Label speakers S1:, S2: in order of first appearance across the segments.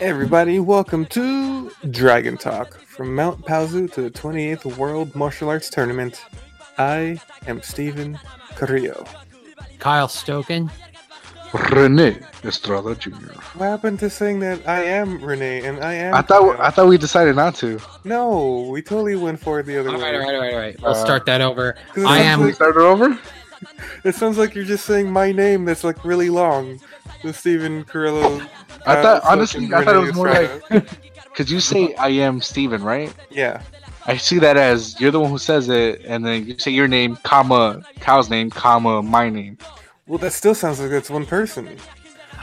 S1: Everybody, welcome to Dragon Talk from Mount Pauzu to the 28th World Martial Arts Tournament. I am Stephen Carrillo.
S2: Kyle Stoken.
S3: Rene Estrada Jr.
S1: What happened to saying that I am Renee and I am?
S3: I thought
S1: Kyle?
S3: I thought we decided not to.
S1: no, we totally went for it the other
S2: All right, all
S1: way.
S2: right, all right, all right. We'll
S3: Uh,
S2: start that over.
S1: 'Cause it
S2: I
S1: sounds
S2: am-
S3: Can we
S1: like-
S3: start it over.
S1: it sounds like you're just saying my name that's like really long. The Stephen Carrillo. uh,
S3: I
S1: Kyle
S3: thought
S1: Stoken,
S3: honestly, I thought it
S1: Renee
S3: was more
S1: Estrada.
S3: like because you say I am Steven, right?
S1: yeah.
S3: I see that as you're the one who says it, and then you say your name, comma Kyle's name, comma my name.
S1: Well, that still sounds like that's one person.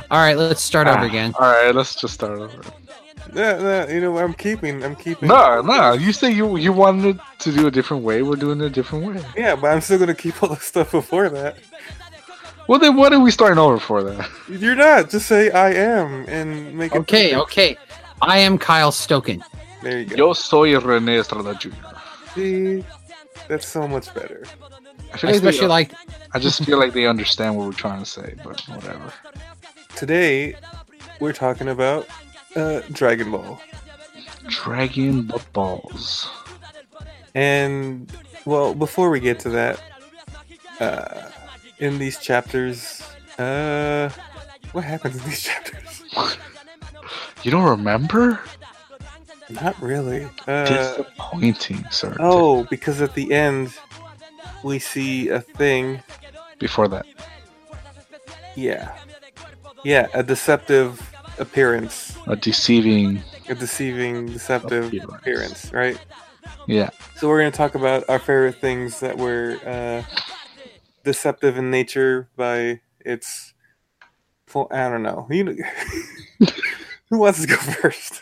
S2: All right, let's start
S3: Ah,
S2: over again.
S3: All right, let's just start over.
S1: Yeah, yeah, you know, I'm keeping, I'm keeping.
S3: No, no, you say you you wanted to do a different way. We're doing it a different way.
S1: Yeah, but I'm still gonna keep all the stuff before that.
S3: Well, then what are we starting over for then?
S1: You're not. Just say I am and make it.
S2: Okay,
S1: perfect.
S2: okay. I am Kyle Stoken.
S1: There you go.
S3: Yo soy Rene Estrada Jr.
S1: See, that's so much better.
S3: I, feel
S2: I
S3: like they-
S2: especially like
S3: I just feel like they understand what we're trying to say, but whatever.
S1: Today, we're talking about uh, Dragon Ball,
S3: Dragon the balls.
S1: and well, before we get to that, uh, in these chapters, uh, what happens in these chapters?
S3: You don't remember?
S1: Not really. Uh,
S3: Disappointing, sir.
S1: oh, because at the end, we see a thing
S3: Before that.
S1: Yeah. Yeah, a deceptive appearance.
S3: A deceiving.
S1: A deceiving, deceptive
S3: Appearance.
S1: appearance, right?
S3: Yeah.
S1: So we're going to talk about our favorite things that were uh, deceptive in nature by its. Well, I don't know. You know Who wants to go first?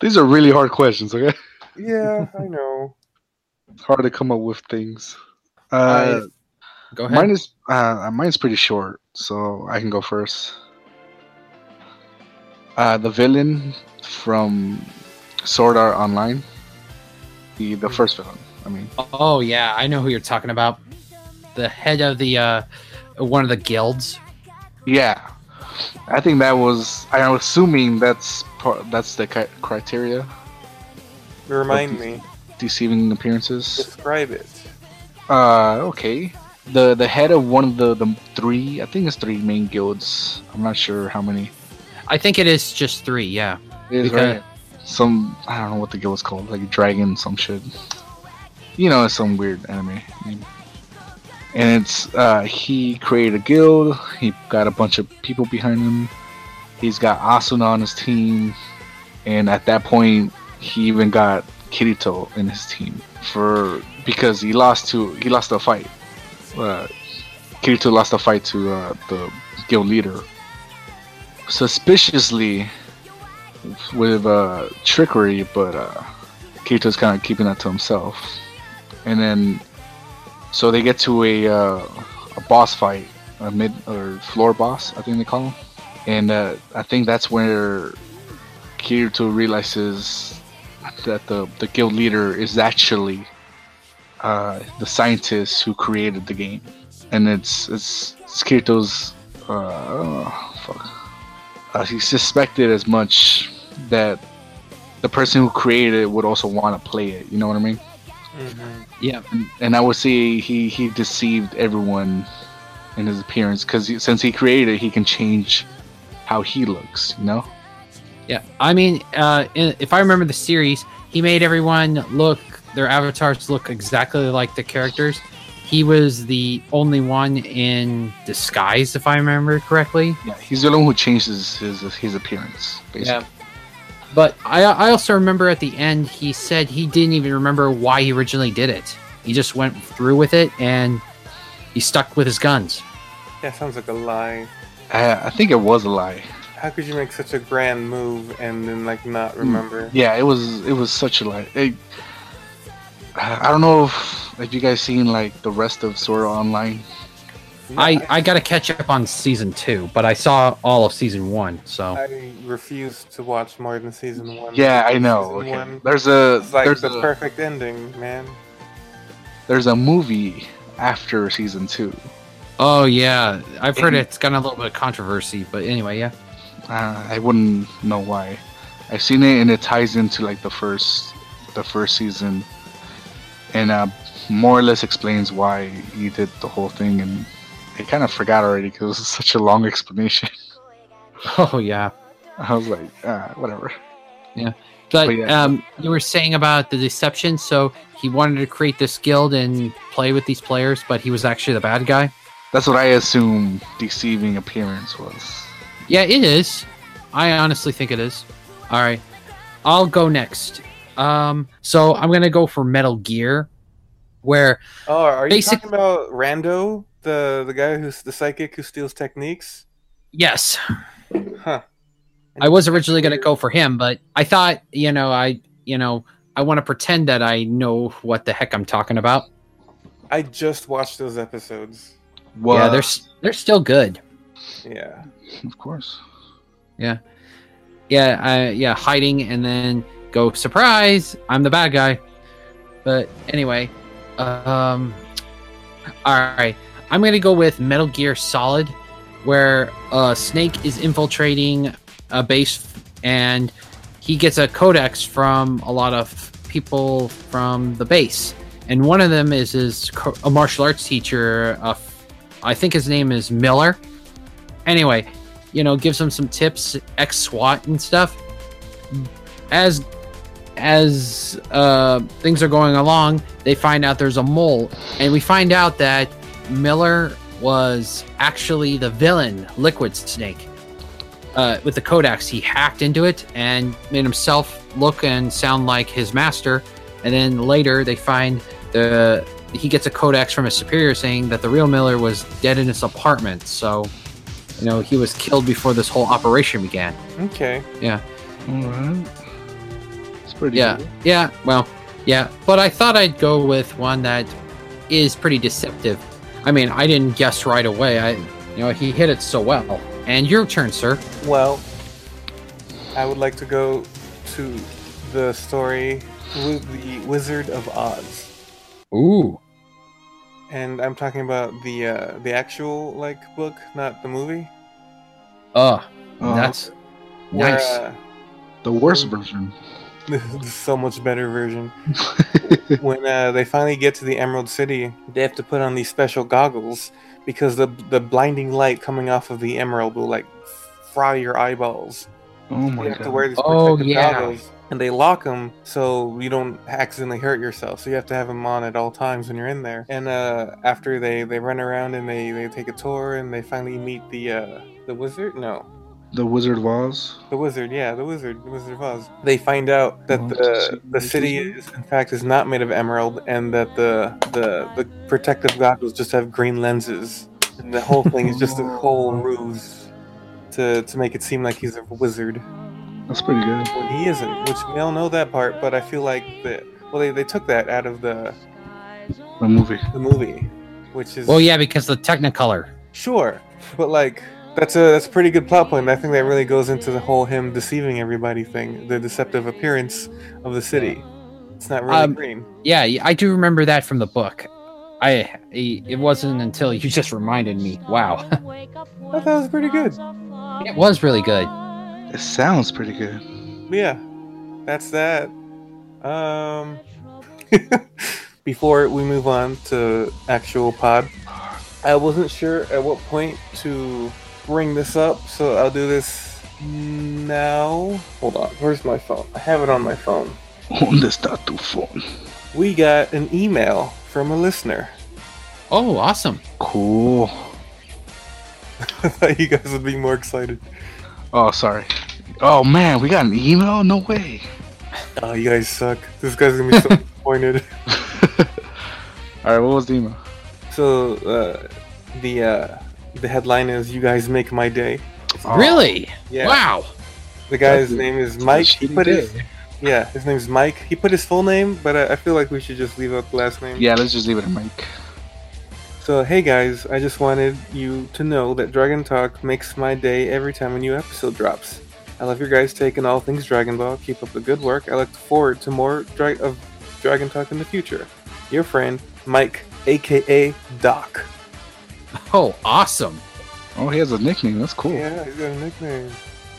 S3: These are really hard questions, okay?
S1: yeah, I know.
S3: It's hard to come up with things. Uh,
S2: go ahead.
S3: mine is uh, mine's pretty short, so I can go first. Uh, the villain from Sword Art Online. The the first villain. I mean,
S2: oh yeah, I know who you're talking about. The head of the uh one of the guilds.
S3: yeah. I think that was. I'm assuming that's part. That's the cri- criteria.
S1: Remind me.
S3: Deceiving appearances.
S1: Describe it.
S3: Uh, okay. The the head of one of the, the three, I think it's three main guilds. I'm not sure how many.
S2: I think it is just 3, yeah.
S3: It is,
S2: Okay.
S3: right? Some I don't know what the guild was called, like dragon, some shit. You know, it's some weird anime. name. And it's uh, he created a guild. He got a bunch of people behind him. He's got Asuna on his team, and at that point, he even got Kirito in his team for because he lost to he lost a fight. Uh, Kirito lost a fight to uh, the guild leader. Suspiciously, with uh, trickery, but uh, Kirito's kind of keeping that to himself. And then, so they get to a uh, a boss fight, a mid or floor boss, I think they call him. And uh, I think that's where Kirito realizes that the the guild leader is actually uh, the scientist who created the game, and it's it's, it's Kirito's. Uh, fuck uh, he suspected as much that the person who created it would also want to play it. You know what I mean?
S1: Mm-hmm.
S2: Yeah.
S3: And, and I would say he he deceived everyone in his appearance because since he created, it, he can change how he looks. You know?
S2: Yeah. I mean, uh in, if I remember the series, he made everyone look their avatars look exactly like the characters. He was the only one in disguise if I remember correctly.
S3: Yeah, he's the only one who changes his his appearance. Basically.
S2: But I, I also remember at the end, he said he didn't even remember why he originally did it. He just went through with it and he stuck with his guns.
S1: Yeah, sounds like a lie.
S3: I, I think it was a lie.
S1: How could you make such a grand move and then like
S3: Hmm.
S1: not remember?
S3: Yeah, it was it was such a lie. It, I I don't know if, if you guys seen like the rest of Sora Online.
S2: I, I got to catch up on season two, but I saw all of season one. So
S1: I refuse to watch more than season one.
S3: Yeah, I know.
S1: Season
S3: Okay.
S1: Um, one.
S3: There's a
S1: It's like
S3: there's
S1: the
S3: a
S1: perfect ending, man.
S3: there's a movie after season two.
S2: oh yeah, I've heard it's gotten a little bit of controversy, but anyway, yeah.
S3: uh, I wouldn't know why. I've seen it and it ties into like the first the first season, and uh, more or less explains why he did the whole thing. And I kind of forgot already because it was such a long explanation.
S2: Oh yeah.
S3: I was like, uh, whatever.
S2: But
S3: But yeah.
S2: um, you were saying about the deception. So he wanted to create this guild and play with these players, but he was actually the bad guy.
S3: That's what I assume deceiving appearance was.
S2: Yeah, it is. I honestly think it is. All right, I'll go next. Um, so I'm gonna go for Metal Gear, where
S1: Oh, are you
S2: Basic-
S1: talking about Rando, the the guy who's the psychic who steals techniques?
S2: yes,
S1: Huh.
S2: I was originally going to go for him, but I thought, you know, I, you know, I want to pretend that I know what the heck I'm talking about.
S1: I just watched those episodes.
S3: Well,
S2: Yeah, they're s- they're still good.
S1: Yeah.
S3: of course.
S2: Yeah, I, yeah, hiding and then go surprise, I'm the bad guy. But anyway, um, all right, I'm going to go with Metal Gear Solid, where uh, Snake is infiltrating a base and he gets a codex from a lot of people from the base. And one of them is his co- a martial arts teacher. Uh, I think his name is Miller. Anyway, you know, gives him some tips, ex SWAT and stuff. As as uh, things are going along, they find out there's a mole, and we find out that Miller was actually the villain, Liquid Snake. Uh, with the Codex, he hacked into it and made himself look and sound like his master. And then later, they find the he gets a Codex from his superior saying that the real Miller was dead in his apartment. So you know, he was killed before this whole operation began.
S1: Okay.
S3: All right. It's pretty.
S2: Yeah.
S3: good.
S2: Yeah, well, yeah. But I thought I'd go with one that is pretty deceptive. I mean, I didn't guess right away. I, you know, he hit it so well. And your turn, sir.
S1: Well, I would like to go to the story with the Wizard of Oz.
S2: Ooh.
S1: And I'm talking about the uh, the actual like book, not the movie.
S2: Oh,
S3: Oh,
S2: that's
S1: Where,
S2: nice.
S1: uh,
S3: the worst version.
S1: so much better version. when uh, they finally get to the Emerald City, they have to put on these special goggles because the the blinding light coming off of the emerald will like fry your eyeballs.
S3: Oh
S1: You
S3: my
S1: have
S3: god.
S1: to wear these protective
S2: Oh, yeah.
S1: goggles, and they lock them so you don't accidentally hurt yourself. So you have to have them on at all times when you're in there. And uh, after they they run around and they they take a tour and they finally meet the uh, the wizard. No,
S3: the Wizard of Oz.
S1: the wizard, yeah, the wizard, the Wizard of Oz. They find out that
S3: Well,
S1: the
S3: it's-
S1: the city is, in fact, is not made of emerald, and that the the the protective goggles just have green lenses, and the whole thing is just a whole ruse to to make it seem like he's a wizard
S3: That's pretty good.
S1: when he isn't. Which we all know that part, but I feel like that. Well, they, they took that out of the
S3: The movie.
S1: the movie, which is
S2: Well, yeah, because the Technicolor.
S1: sure, but like. That's a that's a pretty good plot point. and I think that really goes into the whole him deceiving everybody thing, the deceptive appearance of the city. It's not really
S2: Um,
S1: green.
S2: Yeah, I do remember that from the book. I it wasn't until you just reminded me. Wow,
S1: I thought it was pretty good.
S2: it was really good.
S3: It sounds pretty good.
S1: Yeah, that's that. Um, before we move on to actual pod, I wasn't sure at what point to bring this up, so I'll do this now. Hold on, where's my phone? I have it on my phone.
S3: ¿Dónde está tu phone?
S1: We got an email from a listener.
S2: Oh, awesome.
S3: Cool.
S1: I thought you guys would be more excited.
S3: Oh, sorry. Oh man, we got an email? No way.
S1: Oh, you guys suck. This guy's gonna be so disappointed.
S3: All right, what was the email?
S1: So uh, the uh, the headline is "You guys make my day."
S3: Oh,
S2: Really?
S1: Yeah,
S2: Wow.
S1: the guy's
S3: That's a-
S1: name is
S3: it's a
S1: Mike. He
S3: shitty
S1: put his,
S3: day.
S1: yeah, his name's Mike. He put his full name, but I, I feel like we should just leave out the last name.
S3: Yeah, let's just leave it at Mike.
S1: So hey guys, I just wanted you to know that Dragon Talk makes my day every time a new episode drops. I love your guys' take on all things Dragon Ball. Keep up the good work. I look forward to more dra- of Dragon Talk in the future. Your friend Mike, aka Doc.
S2: Oh, awesome.
S3: Oh, he has a nickname. That's cool.
S1: Yeah, he's got a nickname.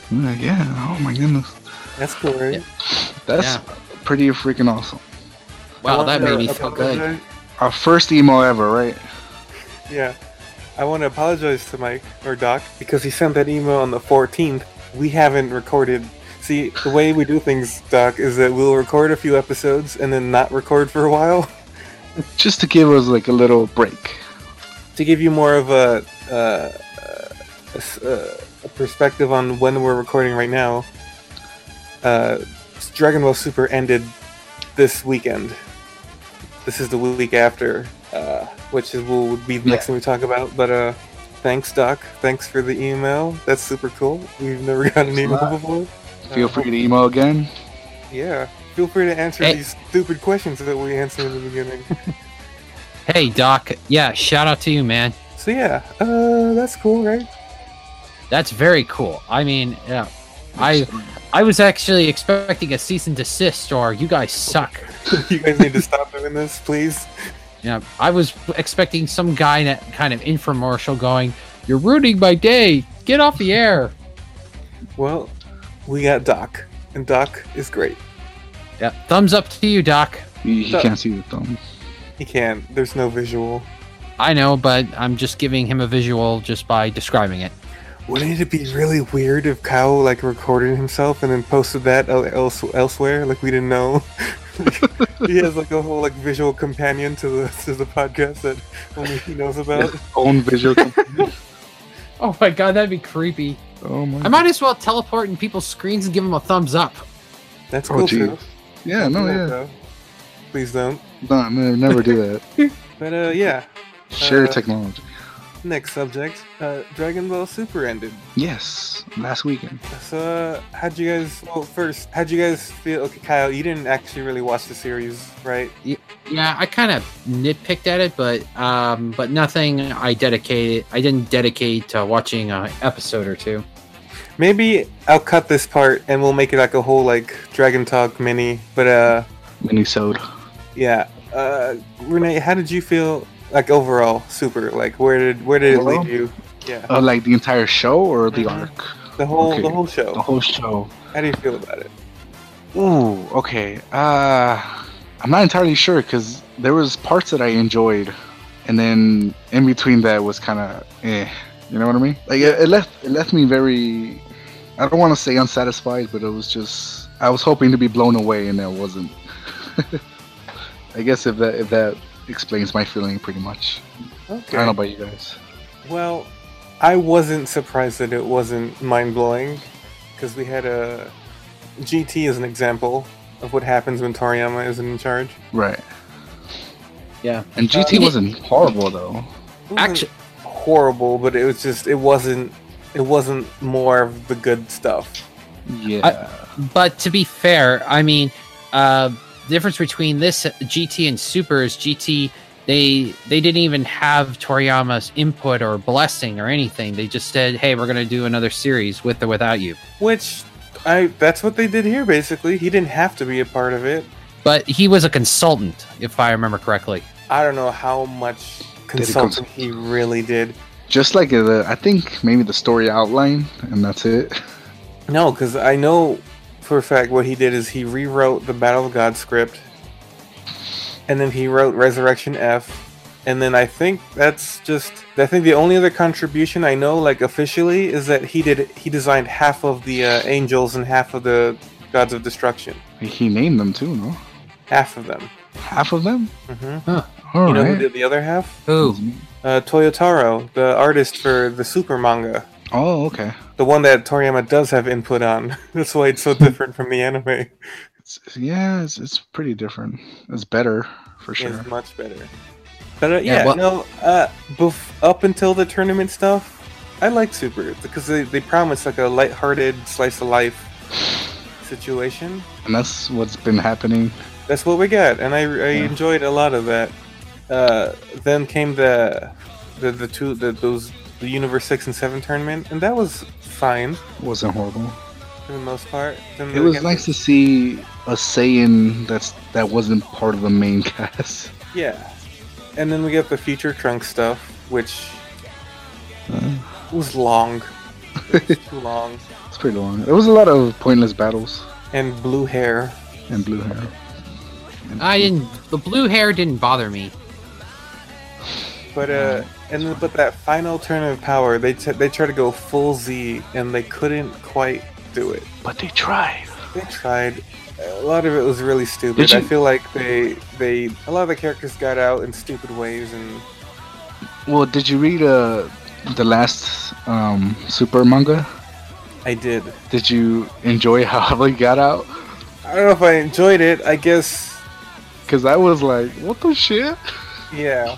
S3: I'm like, yeah, oh my goodness.
S1: That's cool, right?
S3: That's pretty freaking awesome.
S1: I
S2: Wow,
S1: want
S2: that
S1: to
S2: made me feel good.
S1: apologize-
S3: Our first emo ever, right?
S1: Yeah. I want to apologize to Mike or Doc because he sent that email on the 14th. We haven't recorded. See, the way we do things, Doc, is that we'll record a few episodes and then not record for a while
S3: Just to give us like a little break.
S1: to give you more of a, uh, a s- uh, a perspective on when we're recording right now. Uh, Dragon Ball Super ended this weekend. This is the week after, uh, which is, will be the next thing we talk about. But uh, thanks, Doc. Thanks for the email. That's super cool. We've never gotten an email before.
S3: Feel
S1: Uh,
S3: free to emo again.
S1: Yeah. Feel free to answer
S2: Hey.
S1: these stupid questions that we answered in the beginning.
S2: Hey, Doc. Yeah, shout out to you, man.
S1: so yeah, uh, that's cool, right?
S2: That's very cool. I mean, yeah, I I was actually expecting a cease and desist or you guys suck.
S1: you guys need to stop doing this, please.
S2: Yeah, I was expecting some guy that kind of infomercial going, "You're ruining my day. Get off the air."
S1: Well, we got Doc, and Doc is great.
S2: Yeah, thumbs up to you, Doc.
S3: He, he
S1: So-
S3: can't see the thumbs.
S1: He can. There's no visual.
S2: I know, but I'm just giving him a visual just by describing it.
S1: Wouldn't it be really weird if Kyle like recorded himself and then posted that el- else- elsewhere? Like we didn't know. he has like a whole like visual companion to the to the podcast that only he knows about.
S3: Own visual.
S2: Oh my god, that'd be creepy.
S3: oh my.
S2: I might as well teleport in people's screens and give them a thumbs up.
S1: That's
S3: Oh,
S1: cool
S3: geez.
S1: too.
S3: Yeah, no,
S1: Cool,
S3: yeah.
S1: though. Please don't.
S3: No, no, never do that.
S1: But uh, yeah.
S3: Share
S1: Uh,
S3: technology.
S1: Next subject. Uh, Dragon Ball Super ended.
S3: Yes, last weekend.
S1: So, uh, how'd you guys? Well, first, how'd you guys feel? Okay, Kyle, you didn't actually really watch the series, right?
S2: Yeah, I kind of nitpicked at it, but um, but nothing I dedicated. I didn't dedicate to watching an episode or two.
S1: Maybe I'll cut this part and we'll make it like a whole like Dragon Talk mini. But uh,
S3: Minnesota.
S1: yeah, uh, Renee, how did you feel like overall? Super, like where did where did it lead
S3: Overall?
S1: you? Yeah,
S3: Uh, like the entire show or the
S1: Mhm.
S3: arc?
S1: the whole
S3: okay.
S1: the whole
S3: The
S1: show.
S3: whole show.
S1: How do you feel about it?
S3: Ooh, okay. Uh, I'm not entirely sure because there was parts that I enjoyed, and then in between that was kind of eh. You know what I mean? Like it, it left it left me very. I don't want to say unsatisfied, but it was just I was hoping to be blown away, and I wasn't. I guess if that if that explains my feeling pretty much. I don't know
S1: Okay.
S3: about you guys.
S1: Well, I wasn't surprised that it wasn't mind blowing because we had a GT as an example of what happens when Toriyama isn't in charge.
S3: Right.
S2: Yeah.
S3: And GT
S2: Uh,
S3: wasn't horrible though.
S1: It wasn't
S2: Actually,
S1: horrible, but it was just it wasn't it wasn't more of the good stuff.
S3: Yeah.
S2: but to be fair, I mean, uh, the difference between this GT and Super is GT. They they didn't even have Toriyama's input or blessing or anything. They just said, "Hey, we're gonna do another series with or without you."
S1: Which I that's what they did here basically. He didn't have to be a part of it.
S2: But he was a consultant, if I remember correctly.
S1: I don't know how much
S3: he
S1: consulting he really did.
S3: just like the I think maybe the story outline and that's it.
S1: No, because I know for a fact what he did is he rewrote the Battle of God script, and then he wrote Resurrection F, and then I think that's just I think the only other contribution I know like officially is that he did he designed half of the uh, angels and half of the gods of destruction,
S3: He named them too, no?
S1: half of them.
S3: Half of them?
S1: hmm
S3: All
S1: You
S3: right.
S1: know who did the other half?
S2: Who?
S1: Uh, Toyotaro, the artist for the super manga,
S3: Oh, okay.
S1: the one that Toriyama does have input on. that's why it's so different from the anime.
S3: It's, yeah, it's, it's pretty different. It's better for sure.
S1: is much better. But uh,
S2: Yeah,
S1: yeah,
S2: well-
S1: no, uh, bef- up until the tournament stuff, I liked Super because they, they promised like a lighthearted slice of life situation.
S3: And that's what's been happening.
S1: That's what we got, and I, I
S3: Yeah.
S1: enjoyed a lot of that. Uh, then came the the, the two the, those the Universe six and seven tournament, and that was fine
S3: It wasn't horrible.
S1: for the most part. Then
S3: It was
S1: again,
S3: nice to see a Saiyan that's that wasn't part of the main cast.
S1: yeah. And then we got the future trunk stuff, which
S3: Uh,
S1: was long. too long.
S3: It's pretty long. There was a lot of pointless battles
S1: And blue hair.
S3: and blue hair.
S2: I didn't. The blue hair didn't bother me.
S1: But uh, and then, but that final turn of power, they t- they tried to go full Z and they couldn't quite do it.
S3: But they tried.
S1: They tried. A lot of it was really stupid.
S3: Did you-
S1: I feel like they they a lot of the characters got out in stupid ways and
S3: Well, did you read uh, the last um, Super manga?
S1: I did.
S3: Did you enjoy how they got out?
S1: I don't know if I enjoyed it. I guess
S3: Because I was like, what the shit?
S1: yeah.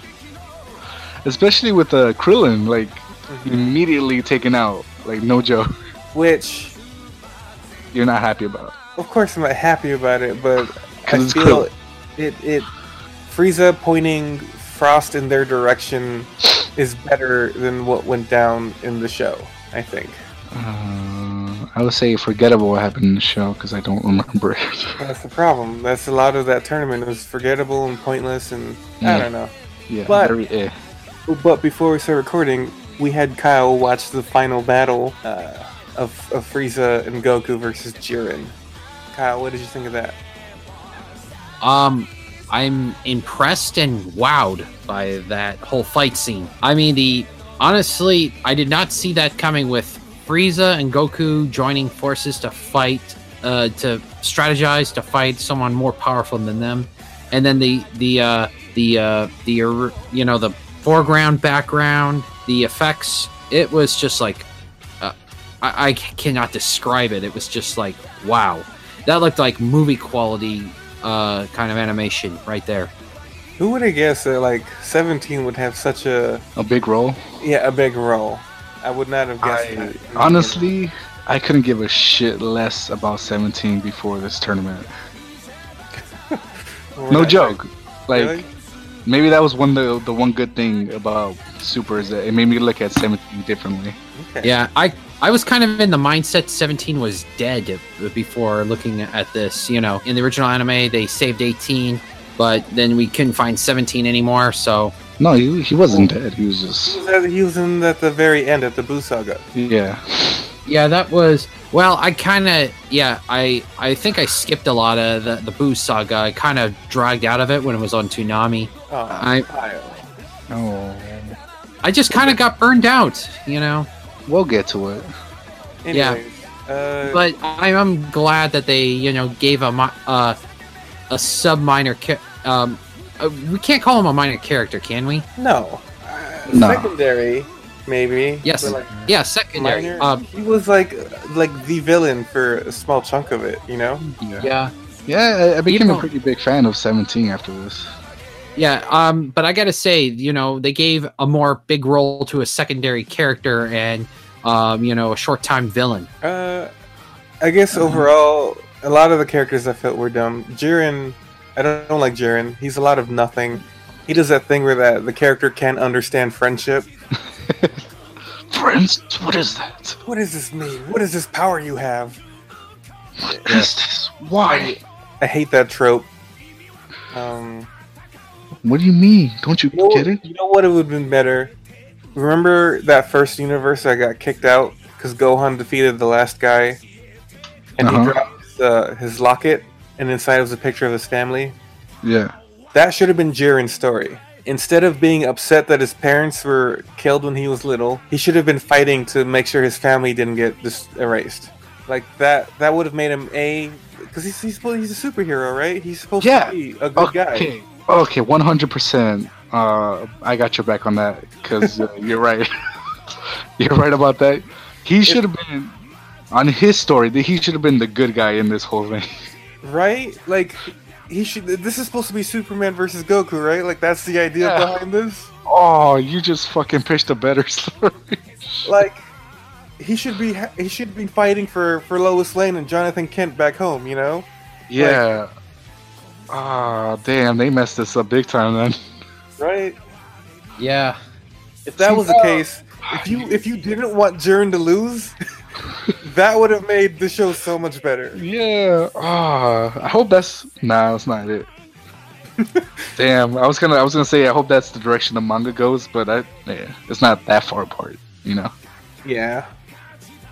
S3: Especially with uh, Krillin, like
S1: Mm-hmm.
S3: immediately taken out, like no joke.
S1: Which
S3: You're not happy about.
S1: of course I'm not happy about it, but I
S3: 'Cause it's
S1: feel
S3: Krillin.
S1: it it Frieza pointing Frost in their direction is better than what went down in the show. I think
S3: Uh, I would say forgettable what happened in the show because I don't remember it.
S1: that's the problem. That's a lot of that tournament was forgettable and pointless, and I
S3: Yeah.
S1: don't know.
S3: yeah,
S1: But-
S3: very eh.
S1: But before we start recording, we had Kyle watch the final battle uh, of, of Frieza and Goku versus Jiren. Kyle, what did you think of that?
S2: Um, I'm impressed and wowed by that whole fight scene. I mean, the honestly, I did not see that coming with Frieza and Goku joining forces to fight, uh, to strategize to fight someone more powerful than them, and then the the uh, the uh, the er- you know the foreground background, the effects. It was just like uh, I, I cannot describe it. It was just like wow. That looked like movie quality uh, kind of animation right there.
S1: Who would have guessed that like 17 would have such a
S3: a big role.
S1: yeah a big role? I would not have guessed. that.
S3: I,
S1: in the beginning.
S3: honestly, I couldn't give a shit less about 17 before this tournament.
S1: We're
S3: No
S1: not-
S3: joke. Like
S1: Really?
S3: maybe that was one of the, the one good thing about Super is that it made me look at 17 differently.
S1: Okay.
S2: Yeah, I I was kind of in the mindset 17 was dead before looking at this. You know, in the original anime, they saved 18, but then we couldn't find 17 anymore. So
S3: No, he, he wasn't dead. He was
S1: He
S3: just
S1: was, at, he was in at the very end at the Buu Saga.
S3: yeah.
S2: yeah, that was well. I kind of yeah. I I think I skipped a lot of the the Boo saga. I kind of dragged out of it when it was on Toonami.
S1: Oh,
S2: I-
S1: Kyle.
S3: Oh,
S2: I just kind of got burned out. You know.
S3: we'll get to it.
S2: Yeah.
S1: Anyways, Uh,
S2: but I- I'm glad that they, you know, gave a mi- uh, a sub minor. Ca- um, uh, we can't call him a minor character, can we?
S1: no. Uh,
S3: No.
S1: Secondary, maybe.
S2: Yes.
S1: but, like,
S2: Yeah, secondary.
S1: minor.
S2: Um,
S1: he was like like the villain for a small chunk of it, you
S2: Hmm.
S1: know.
S3: Yeah,
S2: yeah,
S3: yeah. I, I became
S2: know-
S3: a pretty big fan of 17 after this.
S2: yeah. Um, but I gotta say, you know, they gave a more big role to a secondary character and, um, you know, a short time villain.
S1: Uh, I guess
S2: Uh-huh.
S1: overall, a lot of the characters I felt were dumb. Jiren, I don't, don't like Jiren. He's a lot of nothing. He does that thing where that the character can't understand friendship.
S3: Friends, what is that?
S1: What does this mean? What is this power you have?
S3: What is this? Why?
S1: I hate that trope. Um,
S3: What do you mean? Don't you
S1: you, know,
S3: get it?
S1: you know what? It would have been better. Remember that first universe I got kicked out because Gohan defeated the last guy, and he
S3: Uh-huh.
S1: dropped his, uh, his locket, and inside was a picture of his family.
S3: Yeah.
S1: That should have been Jiren's story. Instead of being upset that his parents were killed when he was little, he should have been fighting to make sure his family didn't get dis- erased. Like that, that would have made him a because he's, he's supposed- he's a superhero, right? He's supposed
S3: Yeah.
S1: to be a good guy.
S3: Okay. Okay. 100%. Uh, I got your back on that because uh, you're right. you're right about that. He should have been on his story. that He should have been the good guy in this whole thing.
S1: right? Like he should. This is supposed to be Superman versus Goku, right? Like that's the idea
S3: Yeah.
S1: behind this.
S3: Oh, you just fucking pitched a better story.
S1: Like he should be ha- he should be fighting for for Lois Lane and Jonathan Kent back home, you know?
S3: yeah. Ah, damn, they messed this up big time then.
S1: Right?
S2: Yeah,
S1: If that was the case, if you if you didn't want Jiren to lose, that would have made the show so much better.
S3: Yeah. Ah, I hope that's nah. That's not it. Damn, I was gonna, I was gonna say, I hope that's the direction the manga goes, but I, yeah, it's not that far apart, you know.
S1: Yeah.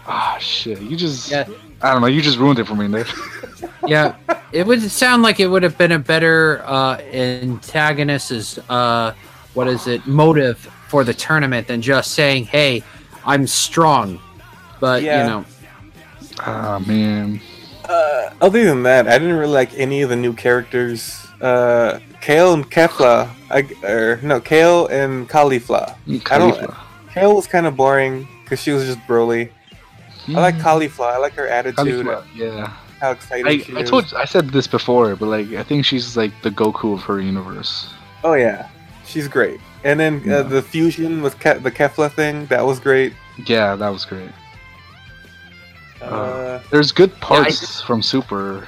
S3: Ah, shit. You just.
S2: Yeah.
S3: I don't know. You just ruined it for me, Nick.
S2: yeah, it would sound like it would have been a better uh, antagonist's uh, what is it motive for the tournament than just saying, "Hey, I'm strong." But
S1: Yeah.
S2: you know,
S3: Ah, man.
S1: Uh, other than that, I didn't really like any of the new characters. Uh, Kale and Kefla, I, or no, Kale and Caulifla.
S3: Khalifa.
S1: Kale was kind of boring because she was just Broly. I like Caulifla. I like her attitude,
S3: Khalifa, Yeah.
S1: how excited
S3: Mm. I,
S1: she
S3: I
S1: is.
S3: told I said this before, but like I think she's like the Goku of her universe.
S1: Oh yeah, she's great. And then
S3: Yeah.
S1: uh, the fusion with Ke- the Kefla thing, that was great.
S3: Yeah, that was great.
S1: Uh,
S3: Uh, There's good
S2: I
S3: parts from Super.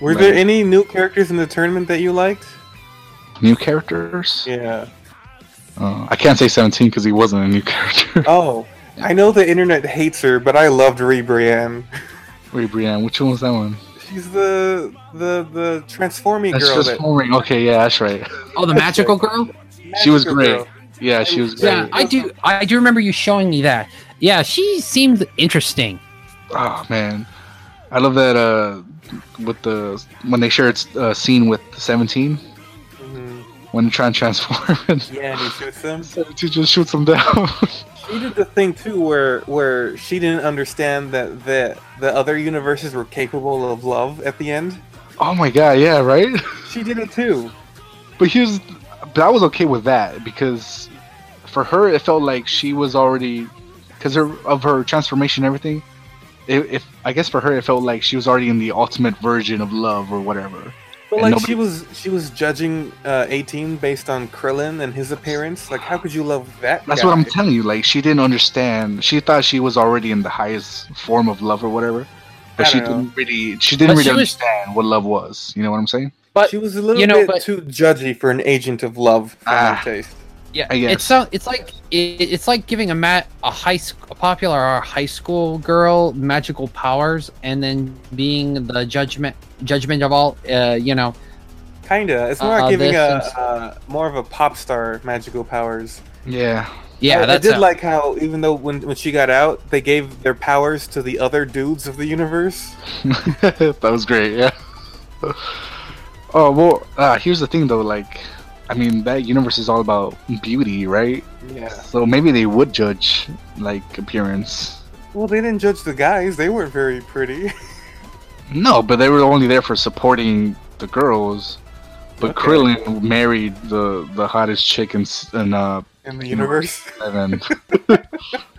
S1: were there
S3: right.
S1: any new characters in the tournament that you liked?
S3: New characters?
S1: Yeah.
S3: Uh, I can't say 17 because he wasn't a new character.
S1: Oh, I know the internet hates her, but I loved Ree Brienne.
S3: Wait, Brienne, which one was that one?
S1: She's the the the transforming
S3: That's
S1: girl.
S3: just
S1: That,
S3: Home Ring. Okay, yeah, that's right.
S2: oh, the magical girl.
S3: She was
S1: magical
S3: great.
S1: girl.
S3: Yeah, she was great.
S2: Yeah, I do. I do remember you showing me that. Yeah, she seemed interesting.
S3: Oh man, I love that. Uh, with the when they shared uh, scene with 17
S1: Mhm.
S3: when they're trying to transform, and
S1: Yeah, and he shoots them.
S3: 17 just shoots them down.
S1: She did the thing too, where where she didn't understand that that the other universes were capable of love. At the end,
S3: oh my god, yeah, right.
S1: she did it too.
S3: But here's, but I was okay with that because for her it felt like she was already, because her of her transformation and everything. If, if I guess for her it felt like she was already in the ultimate version of love or whatever.
S1: But
S3: And
S1: like
S3: nobody-
S1: she was she was judging uh, eighteen based on Krillin and his appearance. Like, how could you love that?
S3: That's
S1: guy?
S3: what I'm telling you. Like she didn't understand. She thought she was already in the highest form of love or whatever. But
S1: I
S3: she
S1: don't know.
S3: didn't really. She didn't
S2: But
S3: really
S2: she was-
S3: understand what love was. You know what I'm saying?
S2: But
S1: She was a little
S2: You know,
S1: bit
S2: but-
S1: too judgy for an agent of love for
S3: Ah.
S1: my taste.
S2: Yeah,
S3: I guess.
S2: it's so it's like it, it's like giving a mat a high sc- a popular or high school girl magical powers and then being the judgment judgment of all uh, you know
S1: Kinda. It's more
S2: Uh,
S1: like giving a
S2: this is-
S1: uh, more of a pop star magical powers.
S3: Yeah.
S2: yeah
S1: I, I
S2: that's
S1: did
S2: a-
S1: like how even though when when she got out, they gave their powers to the other dudes of the universe.
S3: that was great. Yeah. oh well. Uh, here's the thing though. Like, I mean, that universe is all about beauty, right?
S1: Yeah.
S3: So maybe they would judge like appearance.
S1: Well, they didn't judge the guys. They weren't very pretty.
S3: No, but they were only there for supporting the girls. But
S1: Okay.
S3: Krillin married the the hottest chick in, s- in uh,
S1: in the universe.
S3: seven.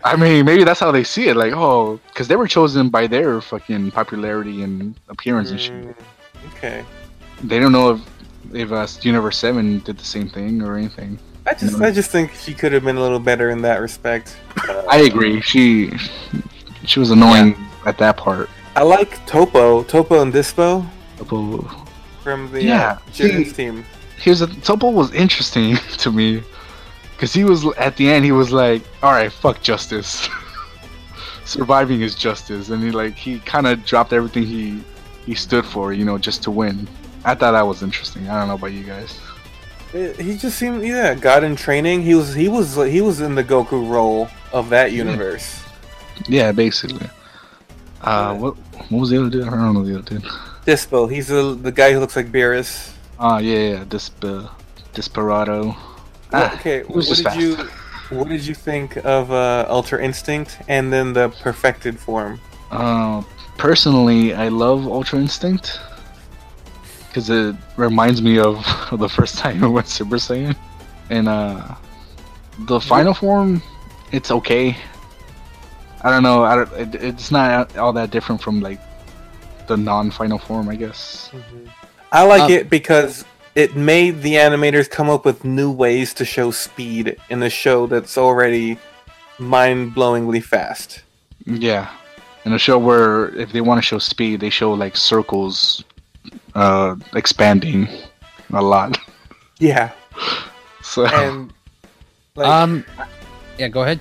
S3: I mean, maybe that's how they see it. Like, oh, because they were chosen by their fucking popularity and appearance and shit.
S1: Mm, okay.
S3: They don't know if if uh, Universe Seven did the same thing or anything.
S1: I just I just think she could have been a little better in that respect.
S3: I agree. She she was annoying at that part.
S1: I like Topo, Topo and Dispo
S3: Topo.
S1: from the
S3: Yeah,
S1: uh,
S3: she-
S1: Jiren's team.
S3: Here's a Topo was interesting to me because he was at the end. He was like, "All right, fuck justice. Surviving is justice," and he like he kind of dropped everything he he stood for, you know, just to win. I thought that was interesting. I don't know about you guys.
S1: Uh, He just seemed yeah, God in training. He was he was he was in the Goku role of that universe.
S3: Yeah, basically.
S1: Yeah.
S3: Uh, what what was the other dude? I don't know the other dude.
S1: Dispo, he's the the guy who looks like Beerus.
S3: Ah, yeah, yeah, Desper, Desperado. Ah,
S1: okay,
S3: he was
S1: what
S3: just
S1: did
S3: fast.
S1: you what did you think of uh, Ultra Instinct and then the perfected form?
S3: Uh, personally, I love Ultra Instinct because it reminds me of the first time I went Super Saiyan, and uh, the final form, it's okay. I don't know. I don't, it, it's not all that different from like the non-final form, I guess.
S1: I like
S2: Um,
S1: it because it made the animators come up with new ways to show speed in a show that's already mind-blowingly fast.
S3: Yeah, in a show where if they want to show speed, they show like circles uh, expanding a lot.
S1: Yeah,
S3: So
S1: and like,
S2: um yeah go ahead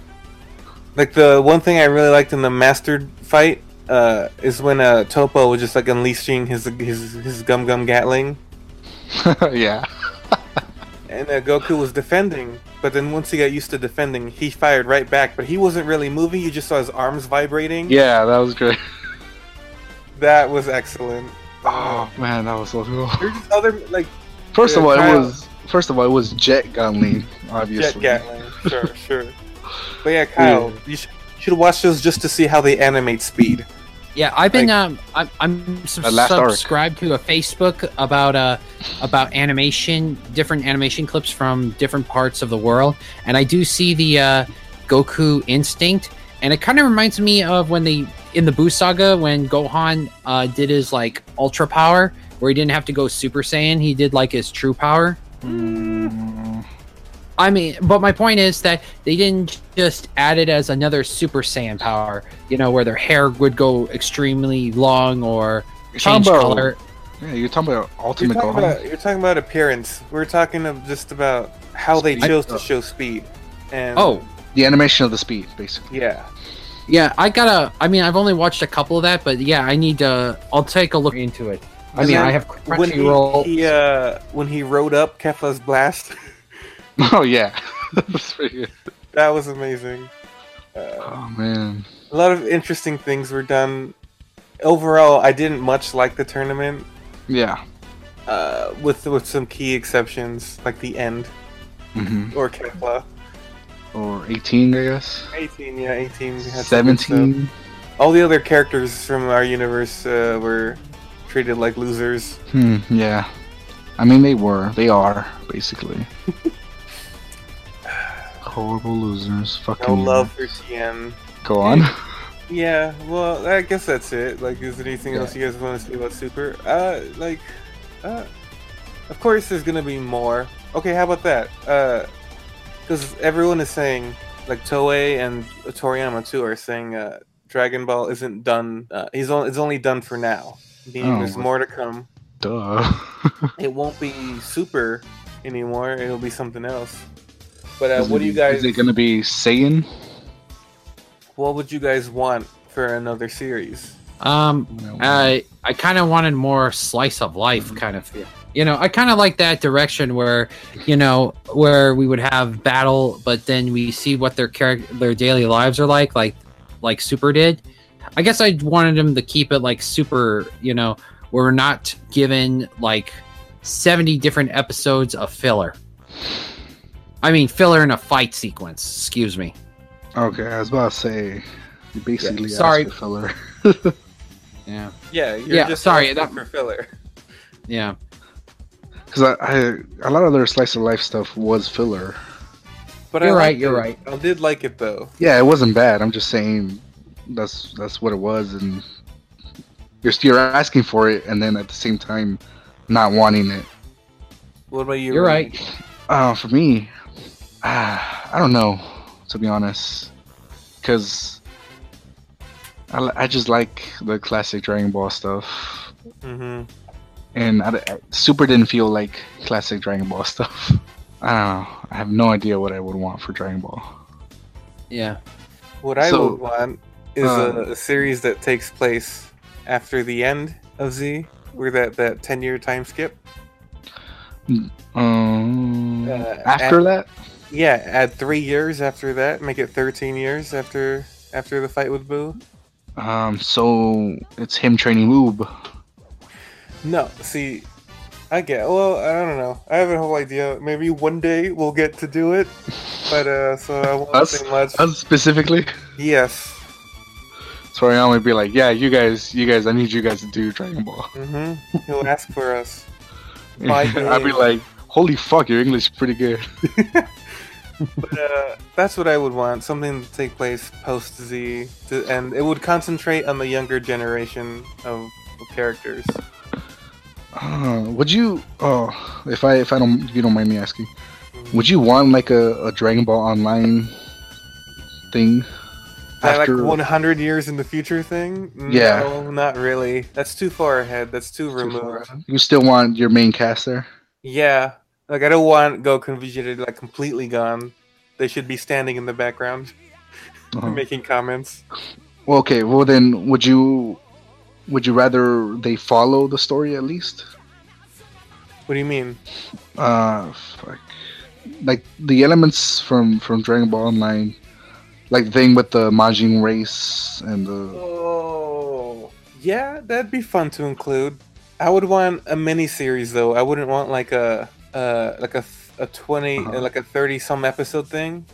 S1: like the one thing I really liked in the mastered fight uh, is when uh, Topo was just like unleashing his his his gum gum Gatling.
S3: yeah.
S1: and uh, Goku was defending, but then once he got used to defending, he fired right back. But he wasn't really moving; you just saw his arms vibrating.
S3: Yeah, that was great.
S1: That was excellent. Oh,
S3: Oh man, that was so cool.
S1: There's just other like
S3: First of
S1: Yeah,
S3: all, it
S1: Kyle-
S3: was first of all it was Jet Gunley, obviously.
S1: Jet Gatling. Sure, sure. But yeah, Kyle, you should, you should watch those just to see how they animate speed.
S2: Yeah, I've been um, I'm, I'm sub-
S3: The last arc.
S2: subscribed to a Facebook about uh about animation, different animation clips from different parts of the world, and I do see the uh, Goku instinct, and it kind of reminds me of when they in the Buu saga when Gohan uh, did his like ultra power, where he didn't have to go Super Saiyan, he did like his true power.
S3: Mm,
S2: I mean, but my point is that they didn't just add it as another Super Saiyan power, you know, where their hair would go extremely long or
S3: You're talking
S2: change
S3: about-
S2: color.
S3: yeah, you're talking about
S1: You're
S3: Ultimate
S1: talking,
S3: Gohan.
S1: about, you're talking about appearance. We're talking of just about how they
S3: Speed.
S1: chose to show speed. And
S2: Oh,
S3: The animation of the speed, basically.
S1: yeah,
S2: yeah, I gotta. I mean, I've only watched a couple of that, but yeah, I need to. I'll take a look into it. I
S1: And
S2: mean,
S1: then
S2: I have
S1: when he,
S2: Crunchyroll.
S1: he, uh, when he rode up Kefla's blast,
S3: Oh yeah, that's pretty good.
S1: that was amazing. Uh,
S3: Oh man,
S1: a lot of interesting things were done. Overall, I didn't much like the tournament,
S3: yeah.
S1: uh, with with some key exceptions like the end
S3: hmm
S1: or Kefla.
S3: Or 18, I guess.
S1: 18, yeah, 18. we had some good stuff.
S3: 17.
S1: All the other characters from our universe uh, were treated like losers.
S3: Hmm, yeah. I mean, they were. They are, basically. Horrible losers. Fucking.
S1: No love for TN.
S3: Go on.
S1: Yeah, well, I guess that's it. Like, is there anything else you guys want to say about Super? Uh, like, uh, of course there's gonna be more. Okay, how about that? Uh, because everyone is saying, like, Toei and Toriyama too are saying, uh, Dragon Ball isn't done. Uh, he's on, it's only done for now. Meaning
S3: Oh.
S1: there's more to come.
S3: Duh.
S1: It won't be Super anymore. It'll be something else. But uh,
S3: Is
S1: what
S3: it-
S1: do you guys?
S3: Is it gonna be Saiyan?
S1: What would you guys want for another series?
S2: Um, I I kind of wanted more slice of life kind of feel. You know, I kind of like that direction where, you know, where we would have battle, but then we see what their character, their daily lives are like, like, like Super did. I guess I wanted them to keep it like Super. You know, where we're not given like seventy different episodes of filler. I mean, filler in a fight sequence. Excuse me.
S3: Okay, I was about to say. You basically
S2: Yeah,
S3: yeah,
S2: sorry.
S3: sorry. filler.
S2: Yeah.
S1: Yeah, you're
S2: Yeah,
S1: just
S2: sorry,
S1: asking
S2: that-
S1: for filler.
S2: Yeah.
S3: Because I, I, a lot of their slice of life stuff was filler.
S1: But
S2: You're right,
S1: liked
S2: you're
S1: it.
S2: right.
S1: I did like it though.
S3: Yeah, it wasn't bad. I'm just saying that's that's what it was, and you're you're asking for it, and then at the same time, not wanting it.
S1: What about you?
S2: You're
S1: Rudy?
S3: Uh, for me, ah, I don't know, to be honest, because I, li- I just like the classic Dragon Ball stuff,
S1: Mhm.
S3: and I, I- Super didn't feel like classic Dragon Ball stuff. I don't know. I have no idea what I would want for Dragon Ball.
S2: Yeah.
S1: What I
S3: So,
S1: would want is
S3: um,
S1: a, a series that takes place after the end of Z, where that that ten year time skip.
S3: Um,
S1: Uh,
S3: after
S1: at-
S3: that,
S1: Yeah, add three years after that, make it thirteen years after after the fight with Boo.
S3: Um, so it's him training Lube.
S1: No, see, I get. Well, I don't know. I have a whole idea. Maybe one day we'll get to do it. But uh, so I won't
S3: Us?
S1: say much.
S3: Us specifically.
S1: Yes.
S3: Toriyama would be like, "Yeah, you guys, you guys, I need you guys to do Dragon Ball."
S1: hmm He'll ask for us. My
S3: I'd be
S1: name.
S3: like, "Holy fuck, your English is pretty good."
S1: But, uh, that's what I would want. Something to take place post Z, to, and it would concentrate on the younger generation of, of characters.
S3: Uh, would you? Oh, if I, if I don't, if you don't mind me asking, would you want like a, a Dragon Ball Online thing?
S1: That, like 100 years in the future thing?
S3: Yeah.
S1: No, not really. That's too far ahead. That's too removed.
S3: you still want your main cast there?
S1: Yeah. Like I don't want Goku and Vegeta like completely gone. They should be standing in the background
S3: Uh-huh.
S1: making comments.
S3: Well, okay. Well, then, would you? Would you rather they follow the story at least?
S1: What do you mean?
S3: Uh, fuck. like the elements from from Dragon Ball Online, like the thing with the Majin race and the
S1: Oh, yeah, that'd be fun to include. I would want a mini series though. I wouldn't want like a uh, like a a 20
S3: Uh-huh.
S1: like a thirty some episode thing.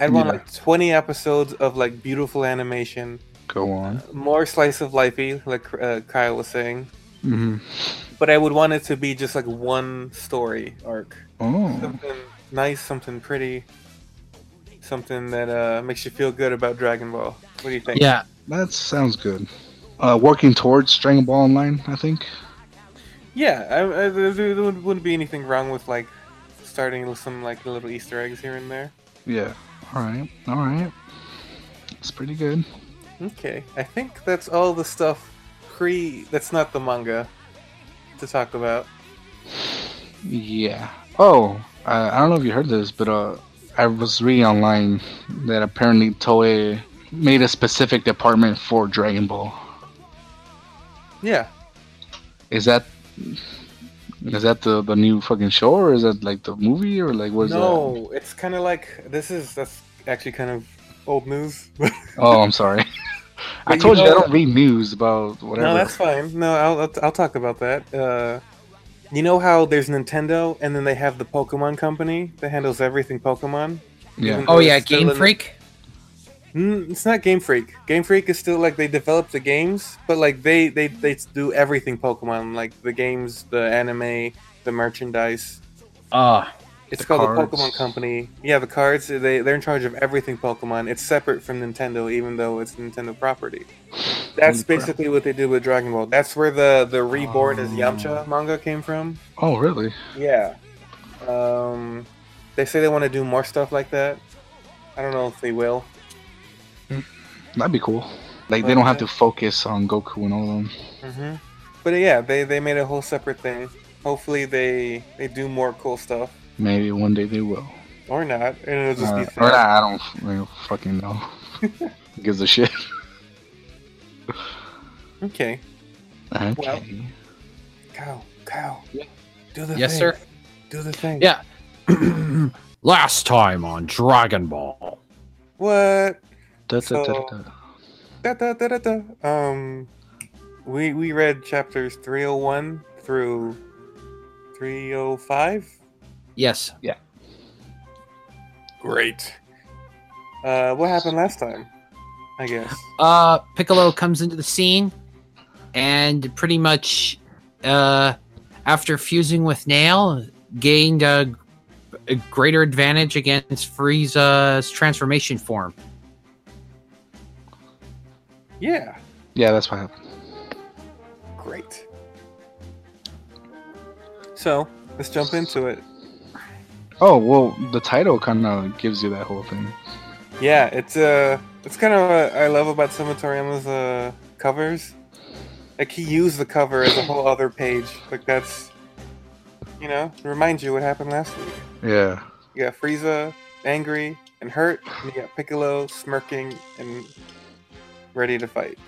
S1: I'd want
S3: Yeah.
S1: like twenty episodes of like beautiful animation,
S3: go on.
S1: more slice of lifey, like uh, Kyle was saying.
S3: hmm
S1: But I would want it to be just like one story arc,
S3: Oh,
S1: something nice, something pretty, something that uh, makes you feel good about Dragon Ball. What do you think?
S2: Yeah,
S3: that sounds good. Uh, working towards Dragon Ball Online, I think.
S1: Yeah, I, I, there there wouldn't wouldn't be anything wrong with like starting with some like little Easter eggs here and there.
S3: Yeah. All right. All right. It's pretty good.
S1: Okay, I think that's all the stuff pre that's not the manga to talk about.
S3: Yeah. Oh, I, I don't know if you heard this, but uh, I was reading online that apparently Toei made a specific department for Dragon Ball.
S1: Yeah,
S3: Is that is that the the new fucking show, or is that like the movie, or like what is
S1: no, it's kind of like this is that's actually kind of old news. no,
S3: that? Oh, I'm sorry. I
S1: But you
S3: told you, I
S1: know-
S3: don't read news about whatever.
S1: that's fine. No, I'll I'll, I'll talk about that. Uh, you know how there's Nintendo and then they have the Pokemon company that handles everything Pokemon.
S3: yeah.
S2: Oh yeah,
S1: Still
S2: Game
S1: in-
S2: Freak.
S1: Mm, it's not Game Freak. Game Freak is still like they develop the games, but like they they they do everything Pokemon, like the games, the anime, the merchandise.
S2: Ah,
S1: It's
S3: The
S1: called
S3: cards.
S1: the Pokemon Company. Yeah, the cards. They they're in charge of everything Pokemon. It's separate from Nintendo, even though it's Nintendo property. That's
S3: Nintendo.
S1: basically what they did with Dragon Ball. That's where the the Reborn as
S3: Oh.
S1: Yamcha manga came from.
S3: Oh, really?
S1: Yeah. Um, they say they want to do more stuff like that. I don't know if they will.
S3: That'd be cool. Like they don't have to focus on Goku and all of them.
S1: hmm
S2: Mm-hmm.
S1: But yeah, they they made a whole separate thing. Hopefully they they do more cool stuff
S3: Maybe one day they will.
S1: or not, and it'll just
S3: Uh,
S1: be
S3: or
S1: sad.
S3: not, I don't f- I don't fucking know. Gives a shit.
S1: Okay,
S3: Okay.
S1: cow, cow.
S2: Yeah.
S1: Do the
S2: yes,
S1: thing.
S2: sir.
S1: Do the thing.
S2: Yeah. Last time on Dragon Ball.
S1: What?
S3: Da, da, da, da,
S1: So- Da,
S3: da.
S1: da, da, da, da. Um, we we read chapters three hundred one through three hundred five.
S2: Yes.
S1: Great. Uh, what happened last time? I guess.
S2: Uh, Piccolo comes into the scene, and pretty much, uh, after fusing with Nail, gained a, a greater advantage against Frieza's transformation form.
S1: Yeah.
S3: Yeah, that's what happened.
S1: Great. So let's jump into it.
S3: Oh well, the title kind of gives you that whole thing.
S1: Yeah, it's uh it's kind of what I love about some of Toriyama's uh, covers. Like he used the cover as a whole other page. Like that's, you know, to remind you what happened last week.
S3: Yeah.
S1: You got Frieza angry and hurt, and you got Piccolo smirking and ready to fight.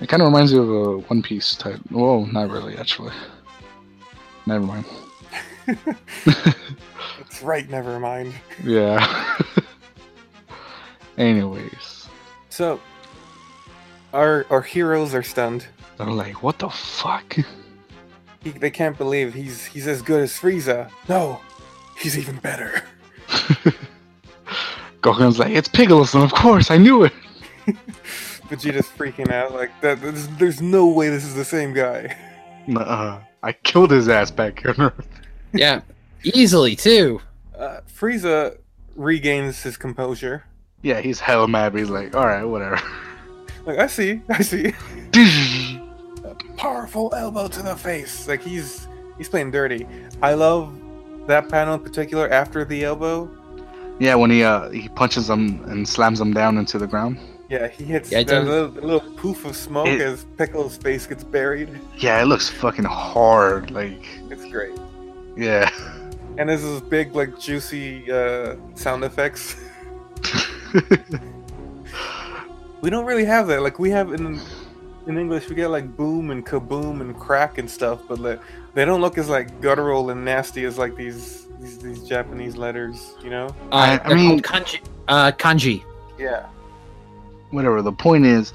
S3: It kind of reminds you of a One Piece type. Whoa, not really, actually. Never mind.
S1: It's right, never mind.
S3: Yeah. Anyways,
S1: So, our our heroes are stunned.
S3: they're like, what the fuck?
S1: He, they can't believe he's he's as good as Frieza. No, he's even better.
S3: Gohan's like, it's Piccolo, son, of course, I knew it.
S1: Vegeta's freaking out like that. There's, there's no way this is the same guy.
S3: Nuh-uh. I killed his ass back here on Earth.
S2: Yeah, easily too.
S1: Uh, Frieza regains his composure.
S3: Yeah, he's hella mad, but he's like, alright, whatever.
S1: Like I see, I see. Powerful elbow to the face. Like he's he's playing dirty. I love that panel in particular after the elbow.
S3: yeah, when he uh he punches him and slams him down into the ground.
S1: Yeah, he hits
S2: Yeah, it
S1: that
S2: does-
S1: little, little poof of smoke
S3: It-
S1: as Piccolo's face gets buried.
S3: Yeah, it looks fucking hard. Like,
S1: It's great.
S3: yeah.
S1: And there's this big, like, juicy uh, sound effects. We don't really have that. Like we have in in English, we get like boom and kaboom and crack and stuff, but like, they don't look as like guttural and nasty as like these these, these Japanese letters, you know?
S2: Uh,
S3: I- I
S2: they're
S3: mean-
S2: called kanji. Uh, kanji.
S1: Yeah.
S3: Whatever. The point is,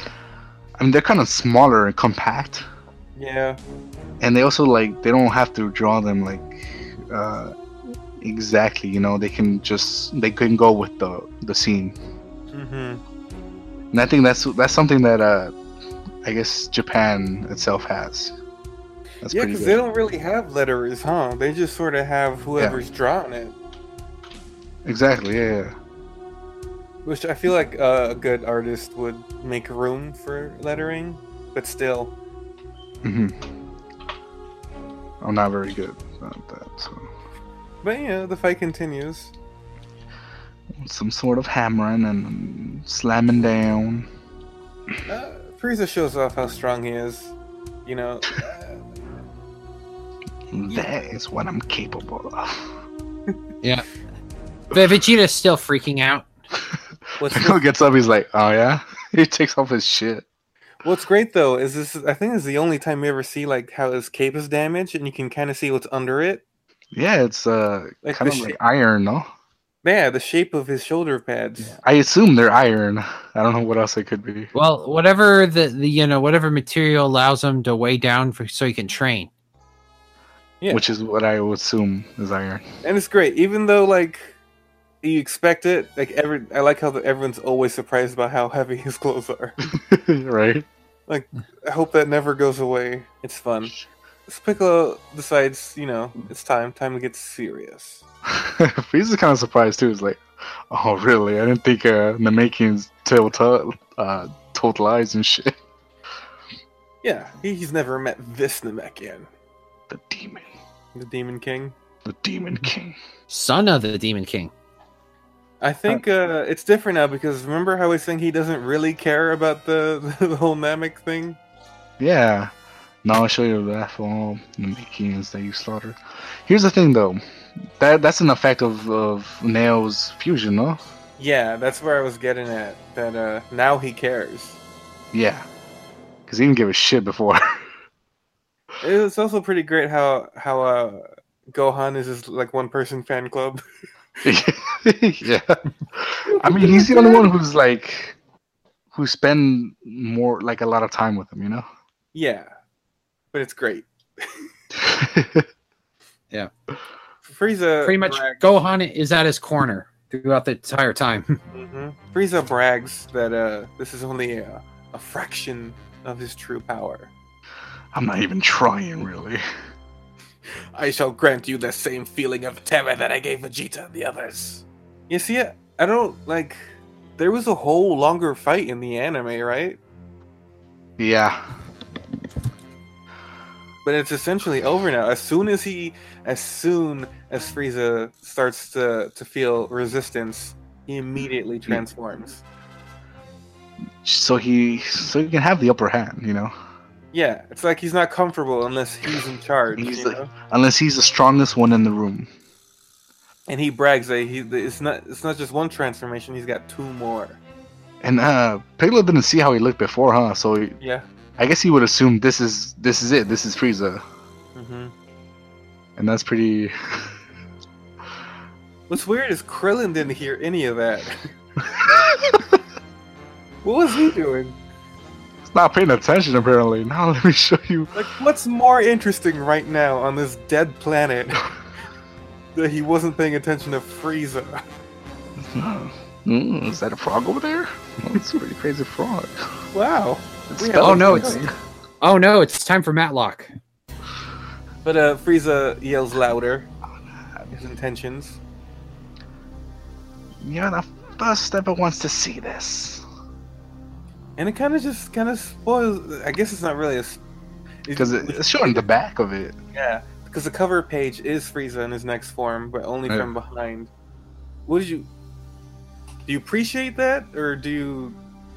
S3: I mean, they're kind of smaller and compact,
S1: Yeah.
S3: and they also like they don't have to draw them like uh, exactly. You know, they can just they can go with the the scene.
S1: hmm
S3: And I think that's that's something that uh, I guess Japan itself has. That's
S1: Yeah,
S3: pretty
S1: because
S3: good.
S1: they don't really have letterers, huh? They just sort of have whoever's drawing it,
S3: Exactly. Yeah, yeah.
S1: which I feel like uh, a good artist would make room for lettering, but still.
S3: hmm I'm not very good at that. So
S1: But yeah, the fight continues.
S3: some sort of hammering and slamming down.
S1: Uh, Frieza shows off how strong he is. You know, uh,
S3: That is what I'm capable of.
S2: But Vegeta's still freaking out.
S1: what's
S3: Piccolo gets up. He's like, "Oh yeah." He takes off his shit.
S1: What's great though is this. I think this is the only time you ever see like how his cape is damaged, and you can kind of see what's under it.
S3: Yeah, it's uh
S1: Like
S3: kind
S1: the
S3: of
S1: shape.
S3: like iron, no?
S1: Yeah, the shape of his shoulder pads.
S3: I assume they're iron. I don't know what else it could be.
S2: Well, whatever the, the you know whatever material allows him to weigh down for, so he can train.
S1: Yeah.
S3: Which is what I would assume is iron.
S1: and it's great even though like you expect it like every i like how the, everyone's always surprised by how heavy his clothes are
S3: right?
S1: i hope that never goes away it's fun so piccolo decides you know it's time time to get serious
S3: Freeze is kind of surprised too. He's like, "Oh, really? I didn't think uh, Namekians tell t- uh, told lies and shit."
S1: yeah he, he's never met this namekian
S3: The demon,
S1: the demon king
S3: the demon king.
S2: Son of the Demon King.
S1: i think uh, it's different now because remember how he's saying he doesn't really care about the, the whole namek thing
S3: Yeah. Now I'll show you the wrath of all Namekians that you slaughtered. Here's the thing, though. That that's an effect of of Nail's fusion, no?
S1: yeah that's where i was getting at that uh, now he cares
S3: Yeah. Cause he didn't give a shit before.
S1: It's also pretty great how how uh, Gohan is his like one person fan club.
S3: yeah. I mean, he's the only one who's like, who spend more like a lot of time with him, you know.
S1: yeah, but it's great. Frieza
S2: Pretty much,
S1: brag-
S2: Gohan is at his corner throughout the entire time.
S1: Mhm. Frieza brags that uh, this is only a, a fraction of his true power.
S3: I'm not even trying, really.
S1: I shall grant you the same feeling of terror that I gave Vegeta and the others. You see, I I don't like. There was a whole longer fight in the anime, right?
S3: Yeah.
S1: But it's essentially over now. As soon as he, as soon as Frieza starts to to feel resistance, he immediately
S3: Mm.
S1: transforms.
S3: So he, so he can have the upper hand, you know.
S1: Yeah, it's like he's not comfortable unless he's in charge.
S3: He's
S1: you
S3: like-
S1: know?
S3: Unless he's the strongest one in the room.
S1: And he brags that he that it's not it's not just one transformation. He's got two more.
S3: And uh, Piccolo didn't see how he looked before, huh? So he,
S1: Yeah.
S3: I guess he would assume this is this is it. This is Frieza,
S1: hmm
S3: and that's pretty.
S1: What's weird is Krillin didn't hear any of that. what was he doing?
S3: He's not paying attention apparently. Now let me show you.
S1: Like, what's more interesting right now on this dead planet? that he wasn't paying attention to Frieza.
S3: Mm, is that a frog over there? Oh, that's a pretty crazy frog.
S1: Wow.
S3: It's
S1: We have-
S3: spelled-
S2: oh no, it's oh no, it's time for Matlock.
S1: But uh, Frieza yells louder. His intentions.
S3: You're the first ever wants to see this.
S1: And it kind of just kind of spoils. I guess it's not really a. s- it-
S3: Because it, it's showing the back of it.
S1: Yeah. Because the cover page is Frieza in his next form, but only
S3: Yeah.
S1: from behind. What did you. Do you appreciate that? Or do you.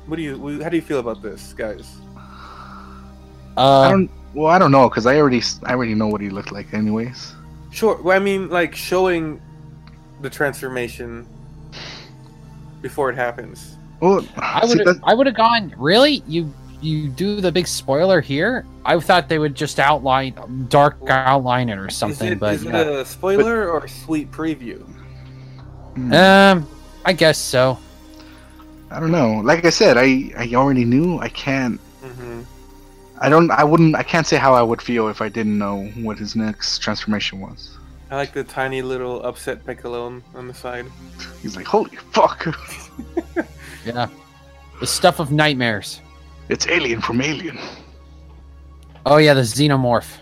S1: What do you. wh- How do you feel about this, guys?
S3: I
S2: Uh,
S3: don't. Well, I don't know because I already s- I already know what he looked like anyways.
S1: Sure. Well, I mean, like, showing the transformation before it happens.
S3: Well,
S2: I
S3: see,
S2: would
S3: that-
S2: I would have gone. Really, you you do the big spoiler here, I thought they would just outline dark outline it or something.
S1: is it,
S2: but
S1: is it
S2: yeah.
S1: a spoiler or a sweet preview?
S2: um, I guess so.
S3: I don't know. Like I said, I I already knew. I can't.
S1: Mm-hmm.
S3: I don't. I wouldn't. I can't say how I would feel if I didn't know what his next transformation was.
S1: I like the tiny little upset piccolo on- on the side.
S3: He's like, holy fuck!
S2: Yeah, the stuff of nightmares.
S3: It's Alien from Alien.
S2: Oh yeah, the xenomorph.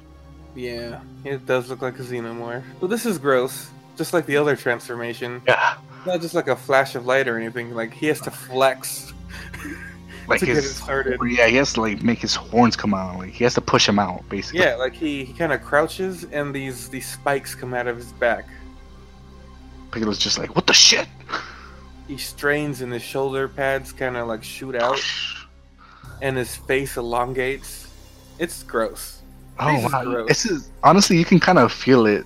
S1: Yeah, it does look like a xenomorph. Well, this is gross. Just like the other transformation,
S3: Yeah.
S1: not just like a flash of light or anything. Like he has to flex.
S3: Like
S1: To get
S3: his.
S1: it started.
S3: Yeah, he has to like make his horns come out. Like he has to push him out, basically.
S1: Yeah, like he, he kind of crouches and these these spikes come out of his back.
S3: Piccolo's just like, what the shit?
S1: He strains and his shoulder pads kind of like shoot out, and his face elongates. It's gross.
S3: Oh
S1: This is
S3: wow!
S1: gross.
S3: This is honestly, you can kind of feel it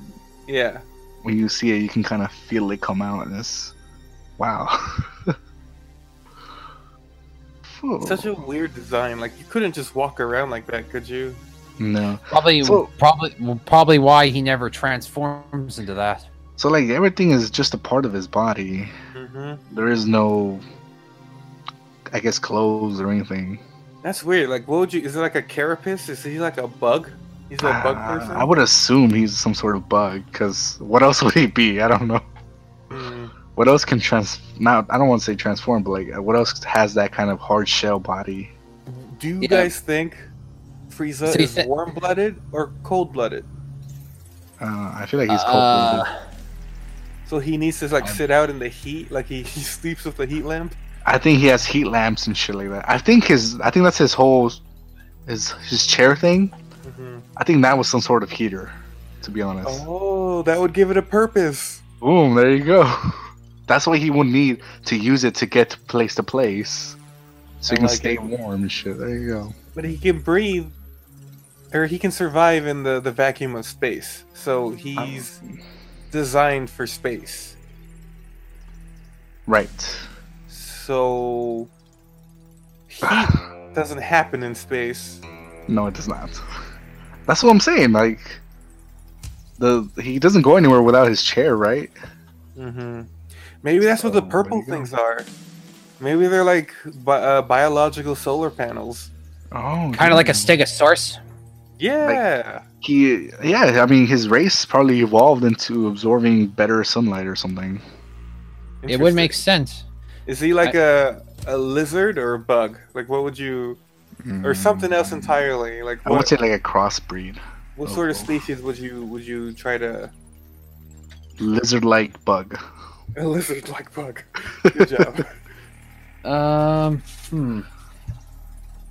S1: Yeah,
S3: when you see it. You can kind of feel it come out. And it's wow. Phew.
S1: such a weird design. Like you couldn't just walk around like that, could you?
S3: no.
S2: Probably,
S3: So-
S2: probably, probably why he never transforms into that.
S3: So like everything is just a part of his body.
S1: hmm
S3: There is no, I guess, clothes or anything.
S1: That's weird. Like, what would you? Is it like a carapace? Is he like a bug? He's a bug
S3: Uh,
S1: person.
S3: I would assume he's some sort of bug, because what else would he be? I don't know.
S1: Mm,
S3: What else can trans? Not I don't want to say transform, but like what else has that kind of hard shell body?
S1: Do you
S2: Yeah.
S1: guys think Frieza
S2: So you
S1: is
S2: thi-
S1: warm-blooded or cold-blooded?
S3: Uh, I feel like he's cold.
S2: Uh,
S1: So he needs to like
S2: Um,
S1: sit out in the heat, like he, he sleeps with the heat lamp.
S3: I think he has heat lamps and shit like that. I think his I think that's his whole his his chair thing.
S1: Mhm.
S3: I think that was some sort of heater, to be honest.
S1: Oh, that would give it a purpose.
S3: Boom, there you go. That's what he would need to use it to get to place to place. So
S1: I
S3: you can
S1: like
S3: stay
S1: it.
S3: warm and shit. There you go.
S1: But he can breathe, or he can survive in the the vacuum of space. So he's designed for space.
S3: Right.
S1: So heat doesn't happen in space.
S3: No, it does not. That's what I'm saying. Like the he doesn't go anywhere without his chair, right?
S1: hmm Maybe that's what the
S3: So,
S1: purple
S3: there you go.
S1: things are. Maybe they're like bi- uh, biological solar panels.
S3: Oh,
S2: kind of like a
S1: Hmm.
S3: damn.
S2: stegosaurus.
S1: Yeah.
S3: he yeah i mean his race probably evolved into absorbing better sunlight or something
S2: It would
S1: Interesting.
S2: make sense.
S1: Is he like a a lizard or a bug? Like what would you
S2: Hmm.
S1: or something else entirely? Like
S3: i would
S1: what,
S3: say like a crossbreed
S1: what sort of
S3: oh.
S1: species would you would you try to
S3: lizard like bug
S1: a lizard like bug? Good job.
S2: Um, hmm.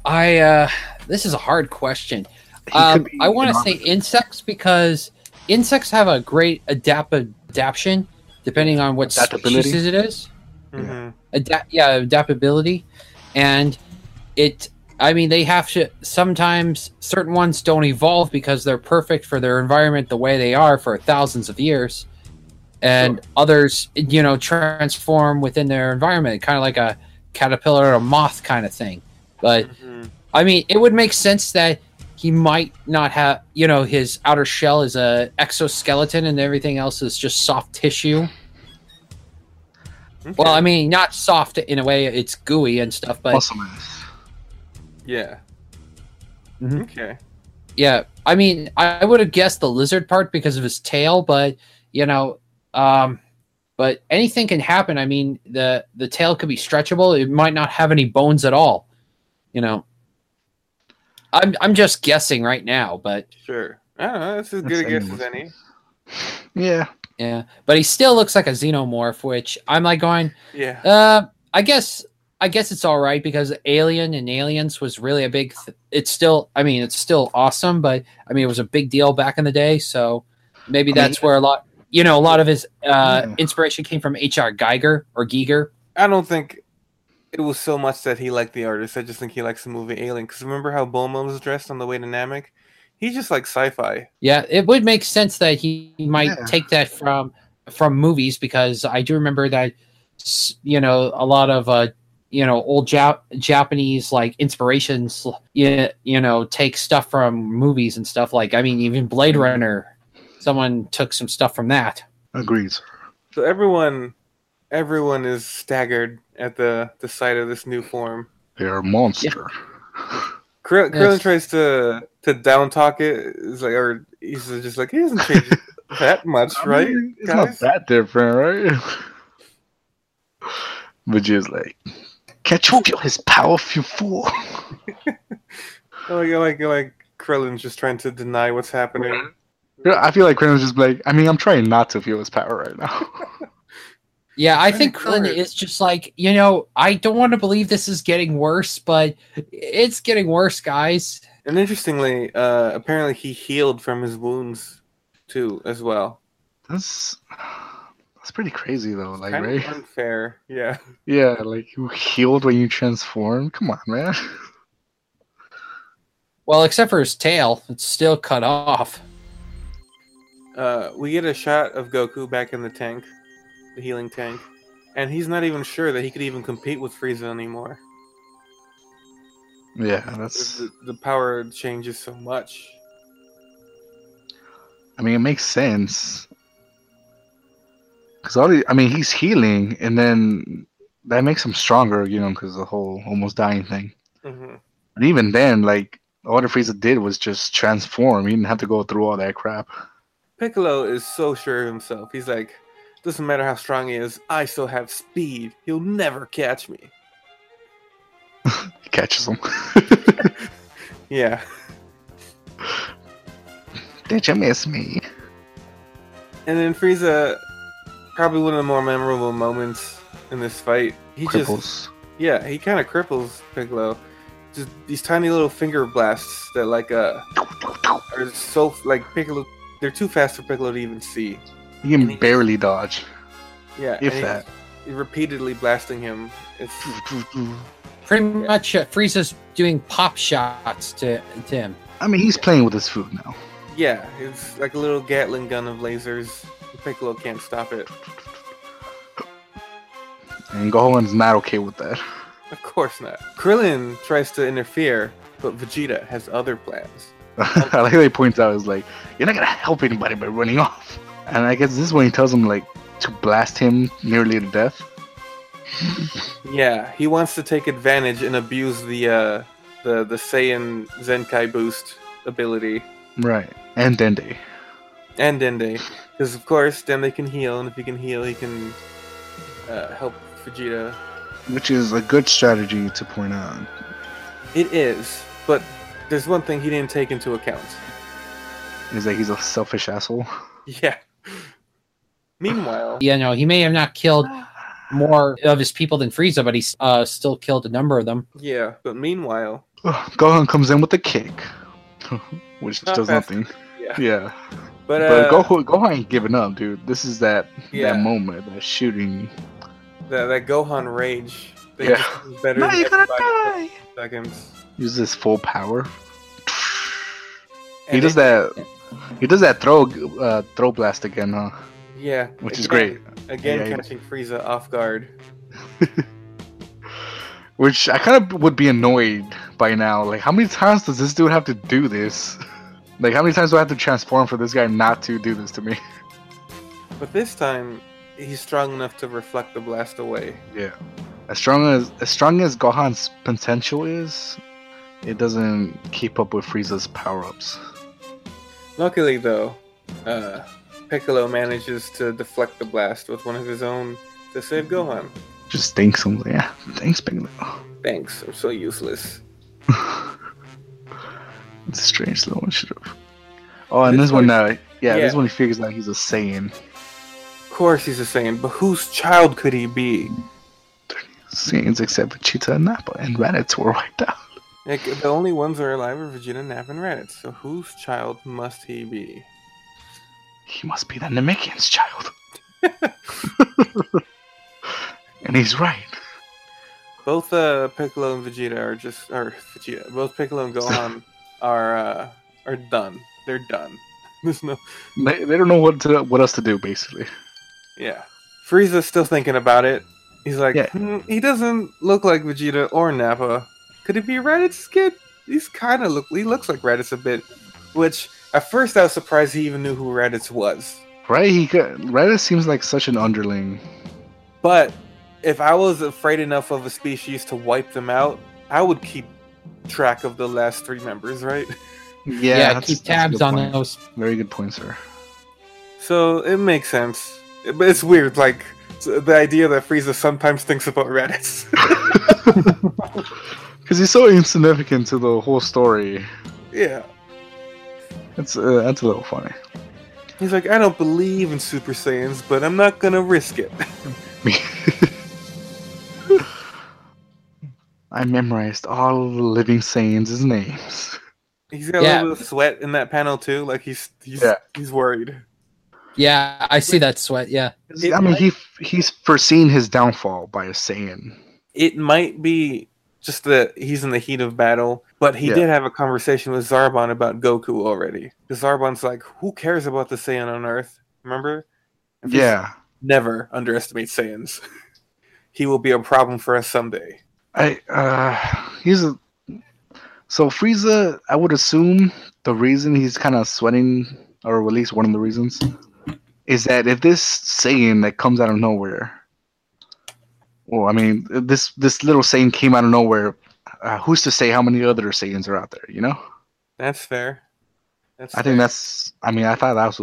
S2: I uh, this is a hard question.
S3: He
S2: Um,
S3: could be
S2: I want to
S3: an
S2: say insects because insects have a great adapt adaptation depending on what
S3: Adaptability?
S2: species it is.
S1: hmm
S2: Adapt, yeah, adaptability, and it. I mean, they have to. Sometimes certain ones don't evolve because they're perfect for their environment the way they are for thousands of years, and others, you know, transform within their environment, kind of like a caterpillar or a moth kind of thing. But
S1: hmm
S2: I mean, it would make sense that he might not have, you know, his outer shell is a exoskeleton and everything else is just soft tissue. Well, I mean, not soft in a way; it's gooey and stuff. But
S3: muscle mass.
S1: yeah.
S3: Mm-hmm.
S2: Mhm.
S1: Okay.
S2: yeah, I mean, I, I would have guessed the lizard part because of his tail, but you know, um, but anything can happen. I mean, the the tail could be stretchable; it might not have any bones at all. You know, I'm I'm just guessing right now, but
S1: Sure. I don't know. That's as
S3: That's
S1: good a guess as
S3: anyone's
S1: any.
S3: guess. yeah
S2: yeah, but he still looks like a xenomorph, which I'm like going,
S1: Yeah.
S2: Uh, I guess I guess it's all right because Alien and Aliens was really a big. Th- it's still, I mean, it's still awesome, but I mean, it was a big deal back in the day. So maybe
S3: I mean,
S2: that's where a lot, you know, a lot of his uh,
S3: Yeah.
S2: inspiration came from H.R. Geiger or Geiger.
S1: I don't think it was so much that he liked the artist. I just think he likes the movie Alien. Because remember how Bulma was dressed on the way to Namek? He's just like sci-fi.
S2: Yeah, it would make sense that he might
S3: Yeah.
S2: take that from from movies because I do remember that s- you know a lot of uh, you know old Jap- Japanese like inspirations. You, you know take stuff from movies and stuff like I mean even Blade Runner, someone took some stuff from that.
S3: Agreed.
S1: So everyone, everyone is staggered at the the sight of this new form.
S3: They are monster.
S1: Krill,
S2: Yes.
S1: Krillin tries to to down talk it. It's like, or he's just like he doesn't change it that much,
S3: I
S1: right?
S3: mean, it's
S1: guys?
S3: not that different, right? but just like, can't you feel his power, you fool?
S1: I Like, I like, I like Krillin's just trying to deny what's happening.
S3: Yeah, I feel like Kratos just like, I mean, I'm trying not to feel his power right now.
S2: Yeah, I
S1: Right,
S2: think Krillin
S1: correct.
S2: is just like you know I don't want to believe this is getting worse, but it's getting worse, guys.
S1: And interestingly, uh, apparently he healed from his wounds too, as well.
S3: that's that's pretty crazy though. Like,
S1: Kind
S3: right?
S1: of unfair, yeah.
S3: Yeah, like you healed when you transform. Come on, man.
S2: Well, except for his tail, it's still cut off.
S1: Uh, we get a shot of Goku back in the tank, the healing tank, and he's not even sure that he could even compete with Frieza anymore.
S3: Yeah, that's.
S1: The, the power changes so much.
S3: I mean, it makes sense. Cause all the, I mean, he's healing, and then that makes him stronger, you know, because the whole almost dying thing.
S1: hmm
S3: And even then, like all the Frieza did was just transform. He didn't have to go through all that crap.
S1: Piccolo is so sure of himself. He's like, doesn't matter how strong he is, I still have speed. He'll never catch me.
S3: He catches him.
S1: Yeah.
S3: Did you miss me?
S1: And then Frieza, probably one of the more memorable moments in this fight. He just,
S3: Cripples.
S1: yeah, he kind of cripples Piccolo. Just these tiny little finger blasts that like uh are so like Piccolo. They're too fast for Piccolo to even see.
S3: He can
S1: and he-
S3: barely dodge.
S1: Yeah, and
S3: If
S1: he-
S3: that.
S1: he repeatedly blasting him. It's
S2: Pretty much, uh, Frieza's doing pop shots to to him.
S3: I mean, he's playing with his food now.
S1: yeah, it's like a little Gatling gun of lasers. Piccolo can't stop it.
S3: And Gohan's not okay with that.
S1: Of course not. Krillin tries to interfere, but Vegeta has other plans.
S3: I like how he points out, is like, you're not gonna help anybody by running off. And I guess this is when he tells him, like, to blast him nearly to death.
S1: Yeah, he wants to take advantage and abuse the uh, the the Saiyan Zenkai boost ability
S3: Right. And Dende.
S1: and Dende, because of course Dende can heal, and if he can heal, he can uh, help Vegeta.
S3: Which is a good strategy to point out.
S1: It is, but there's one thing he didn't take into account.
S3: Is that he's a selfish asshole.
S1: Yeah. Meanwhile,
S2: You know, he may have not killed more of his people than Frieza, but he's uh, still killed a number of them.
S1: yeah, but meanwhile,
S3: Gohan comes in with a kick. Which
S1: Not
S3: does
S1: fast.
S3: nothing.
S1: yeah,
S3: Yeah.
S1: but, uh,
S3: But Gohan, Gohan ain't giving up, dude. This is that
S1: Yeah.
S3: that moment, that shooting.
S1: that, that Gohan rage, thing
S3: Yeah.
S1: just is better than everybody for seconds.
S3: Use his full power. He
S1: And
S3: does
S1: it-
S3: that. He does that throw uh, throw blast again, huh?
S1: Yeah,
S3: Which is
S1: again-
S3: great.
S1: Again,
S3: Yeah, he-
S1: catching Frieza off guard.
S3: Which I kind of would be annoyed by now. Like, how many times does this dude have to do this? Like, how many times do I have to transform for this guy not to do this to me?
S1: But this time, he's strong enough to reflect the blast away.
S3: Yeah. As strong as as strong as Gohan's potential is, it doesn't keep up with Frieza's power ups.
S1: Luckily, though, uh, Piccolo manages to deflect the blast with one of his own to save Gohan.
S3: Just thinks something. Yeah. Thanks, Piccolo.
S1: Thanks, I'm so useless.
S3: It's a strange little one. Should have. Oh, and
S1: This
S3: this, one,
S1: one-
S3: uh, yeah, this
S1: yeah.
S3: one he figures out he's a Saiyan.
S1: Of course, he's a Saiyan, but whose child could he be?
S3: Saiyans except Vegeta and Nappa and Raditz were wiped out.
S1: Like, the only ones that are alive are Vegeta, Nappa, and Raditz. So whose child must he be?
S3: He must be the Namekian's child. and he's right.
S1: Both uh, Piccolo and Vegeta are just, or Vegeta, both Piccolo and Gohan are uh, are done. They're done. There's no,
S3: They, they don't know what to, what else to do, basically.
S1: yeah. Frieza's still thinking about it, He's like,
S3: Yeah.
S1: "Hmm, he doesn't look like Vegeta or Nappa. Could it be Raditz kid? He's kind of look. He looks like Raditz a bit. Which at first I was surprised he even knew who Raditz was.
S3: Right? He got, Raditz seems like such an underling.
S1: But if I was afraid enough of a species to wipe them out, I would keep track of the last three members, right?
S3: Yeah,
S2: Yeah,
S3: that's-
S2: keep
S3: that's a
S2: tabs
S3: good
S2: on
S3: point.
S2: those.
S3: Very good point, sir.
S1: So it makes sense. It- But it's weird, like s- the idea that Frieza sometimes thinks about Raditz.
S3: Because he's so insignificant to the whole story.
S1: yeah.
S3: That's uh, that's a little funny.
S1: He's like, I don't believe in Super Saiyans, but I'm not gonna risk it.
S3: I memorized all the living Saiyans' names.
S1: He's got
S2: Yeah.
S1: a little bit of sweat in that panel too. Like he's he's
S3: Yeah.
S1: he's worried.
S2: Yeah, I see that sweat. Yeah.
S3: I mean, he he's foreseen his downfall by a Saiyan.
S1: It might be just that he's in the heat of battle, but he
S3: Yeah.
S1: did have a conversation with Zarbon about Goku already. Because Zarbon's like, who cares about the Saiyan on Earth? Remember? And Frieza
S3: Yeah,
S1: Never underestimate Saiyans. he will be a problem for us someday.
S3: I uh, he's a, so Frieza. I would assume the reason he's kind of sweating, or at least one of the reasons, is that if this Saiyan that comes out of nowhere, well, I mean, this this little Saiyan came out of nowhere. Uh, who's to say how many other Saiyans are out there? You know.
S1: That's fair. That's
S3: I
S1: fair.
S3: think that's. I mean, I thought that was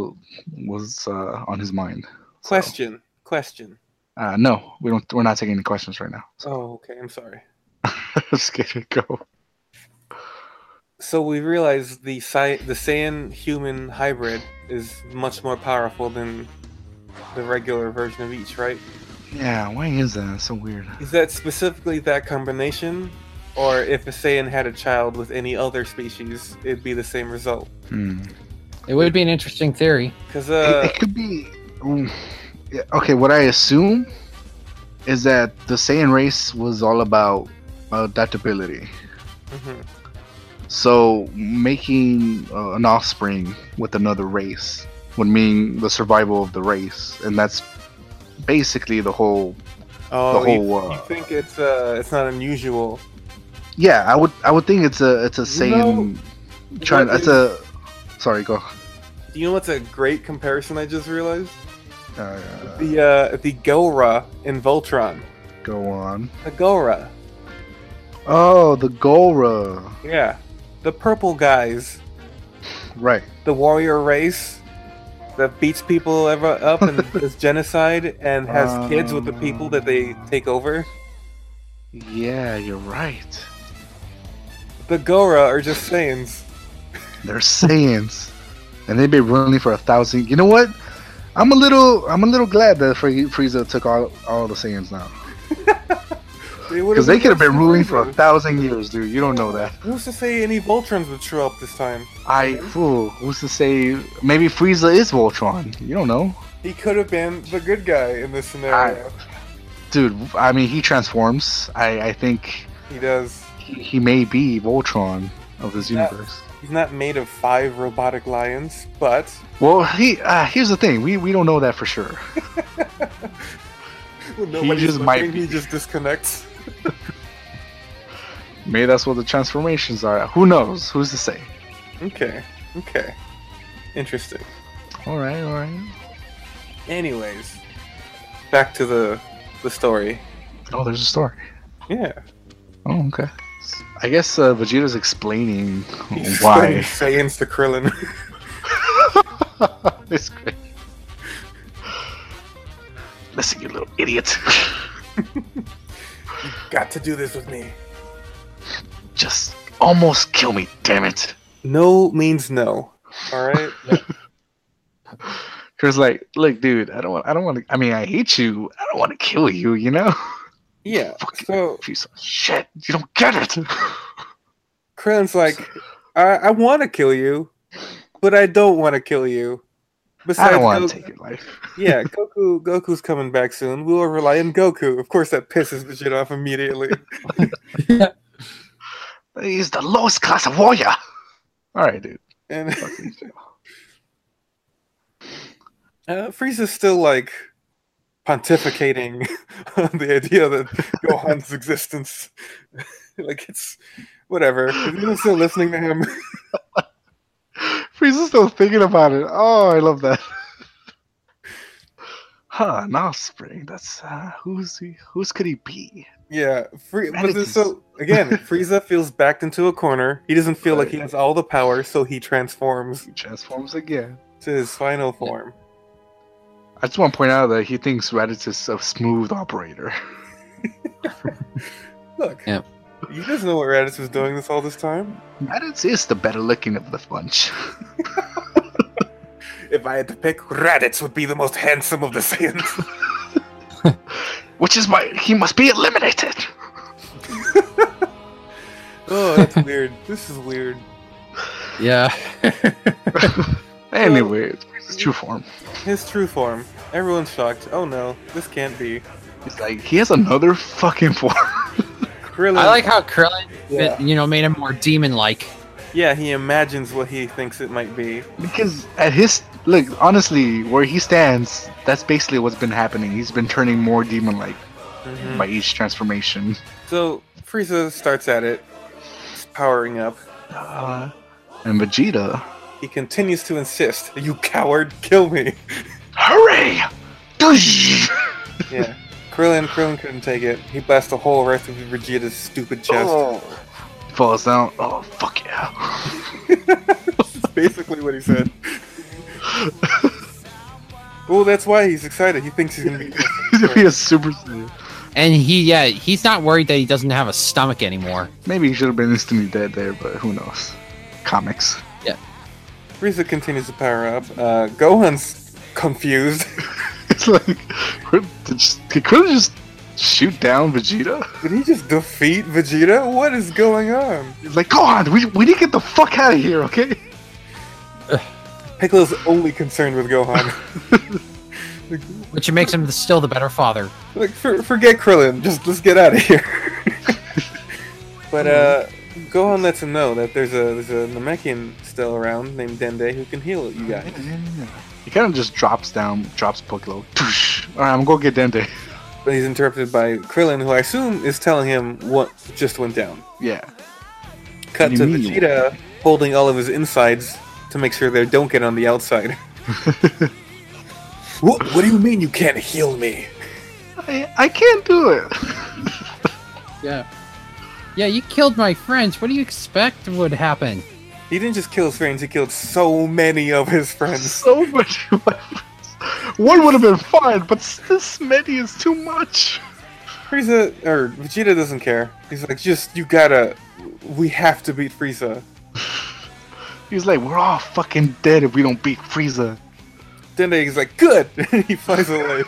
S3: was uh, on his mind. So,
S1: question. Question.
S3: Uh, no, we don't. We're not taking any questions right now. So
S1: Oh, okay. I'm sorry.
S3: just kidding. Go.
S1: So we realize the Sai- the Saiyan human hybrid is much more powerful than the regular version of each, right?
S3: Yeah. Why is that? It's so weird.
S1: Is that specifically that combination, or if a Saiyan had a child with any other species, it'd be the same result?
S3: Hmm.
S2: It would be an interesting theory.
S1: Because
S3: It-
S1: uh,
S3: it, could be. mm, yeah, Okay. What I assume is that the Saiyan race was all about adaptability.
S1: mhm.
S3: So making uh, an offspring with another race would mean the survival of the race, and that's basically the whole
S1: oh,
S3: the
S1: you,
S3: whole.
S1: you
S3: uh,
S1: think it's uh, it's not unusual?
S3: Yeah, I would I would think it's a it's a
S1: You know,
S3: Saiyan trying
S1: what
S3: it's a sorry go
S1: Do you know what's a great comparison I just realized?
S3: uh,
S1: The uh, the Gora in Voltron.
S3: go on.
S1: The Gora.
S3: Oh, the Gora.
S1: Yeah. The purple guys.
S3: Right.
S1: the warrior race that beats people ever up and does genocide and has kids with the
S3: Um.
S1: people that they take over.
S3: Yeah, you're right.
S1: The Gora are just Saiyans.
S3: They're Saiyans. and they've been running for a thousand you know what? I'm a little I'm a little glad that Fri- Frieza took all all the Saiyans now. Because they could have been ruling for a thousand years, dude. You don't know that.
S1: Who's to say any Voltrons would show up this time?
S3: I fool. Who's to say maybe Frieza is Voltron? You don't know.
S1: He could have been the good guy in this scenario.
S3: Dude, I mean he transforms. I, I think
S1: He does.
S3: he he may be Voltron of this
S1: Yeah.
S3: universe.
S1: He's not made of five robotic lions, but
S3: Well, he uh, here's the thing: we we don't know that for sure.
S1: nobody's
S3: just might
S1: looking,
S3: be.
S1: He just disconnects.
S3: Maybe that's what the transformations are. Who knows? Who's to say?
S1: Okay. Okay. Interesting.
S3: All right, all right.
S1: Anyways, back to the the story.
S3: Oh, there's a story.
S1: Yeah.
S3: Oh, okay. I guess uh, Vegeta's explaining
S1: He's
S3: why.
S1: explaining Saiyans to Krillin.
S3: it's great. Listen, you little idiot.
S1: Got to do this with me.
S3: Just almost kill me, damn it.
S1: No means no. All right.
S3: Cause like, look, dude, I don't want. I don't want to. I mean, I hate you. I don't want to kill you. You know.
S1: yeah.
S3: Fucking
S1: So
S3: piece of shit. You don't get it.
S1: Krillin's like, I, I want to kill you, but I don't want to kill you.
S3: I
S1: Besides,
S3: don't want
S1: Go-
S3: to take your life.
S1: yeah, Goku. Goku's coming back soon. We'll rely on Goku. Of course, that pisses the shit off immediately.
S3: He's the lowest class of warrior. All right, dude.
S1: And
S3: Fucking-
S1: uh, Frieza's still like pontificating on the idea that Gohan's existence. like it's whatever. If you're still listening to him,
S3: Frieza's still thinking about it. Oh, I love that. huh, an offspring. That's uh, who's he? Who's could he be?
S1: yeah. Free, but
S3: Mannequins.
S1: this, so again, Frieza feels backed into a corner. He doesn't feel like he has all the power, so he transforms
S3: He transforms again.
S1: to his final form.
S3: I just want to point out that he thinks Raditz is a smooth operator.
S1: Look,
S2: Yep.
S1: you guys know what Raditz was doing this all this time.
S3: Raditz is the better looking of the bunch.
S1: If I had to pick, Raditz would be the most handsome of the Saiyans.
S3: Which is why he must be eliminated.
S1: oh, that's weird. This is weird.
S2: Yeah.
S3: Anyway, it's Frieza's true form.
S1: His true form. Everyone's shocked. Oh no, this can't be.
S3: He's like, he has another fucking form.
S1: Krillin.
S2: I like how Krillin,
S1: Yeah.
S2: you know, made him more demon-like.
S1: Yeah, he imagines what he thinks it might be.
S3: Because at his look, honestly, where he stands, that's basically what's been happening. He's been turning more demon-like by each transformation.
S1: So Frieza starts at it, he's powering up.
S3: Uh, and Vegeta,
S1: He continues to insist, "You coward, kill me!"
S3: hurry! Doosh!
S1: Yeah. Krillin, Krillin couldn't take it. He blasts a hole right through Vegeta's stupid chest.
S3: Falls down. Oh fuck yeah!
S1: That's basically what he said. well, that's why he's excited. He thinks he's gonna be.
S3: He's gonna be a super saiyan.
S2: And he, yeah, he's not worried that he doesn't have a stomach anymore.
S3: Maybe he should have been instantly dead there, but who knows? Comics.
S1: Frieza continues to power up. Uh, Gohan's confused.
S3: It's like, could just, did Krillin just shoot down Vegeta?
S1: Did he just defeat Vegeta? What is going on?
S3: He's like, go on, we, we need to get the fuck out of here, okay?
S1: Piccolo's only concerned with Gohan. like,
S2: Which makes him still the better father.
S1: like for, forget Krillin. Just let's get out of here. but uh, Gohan lets him know that there's a there's a Namekian still around named Dende who can heal you guys.
S3: He kind of just drops down, drops Piccolo. Doosh. All right, I'm gonna get Dende.
S1: But he's interrupted by Krillin, who I assume is telling him what just went down.
S3: Yeah,
S1: Cut
S3: What
S1: to
S3: do you mean?
S1: Vegeta holding all of his insides to make sure they don't get on the outside. what, what do you mean you can't heal me?
S3: I, I can't do it.
S2: Yeah. Yeah, you killed my friends. What do you expect would happen?
S1: He didn't just kill his friends, he killed so many of his friends.
S3: so much weapons. One would have been fine, but this many is too much.
S1: Frieza, or Vegeta doesn't care. He's like, just, you gotta, we have to beat Frieza.
S3: He's like, we're all fucking dead if we don't beat Frieza.
S1: Dende is like, good! he flies away.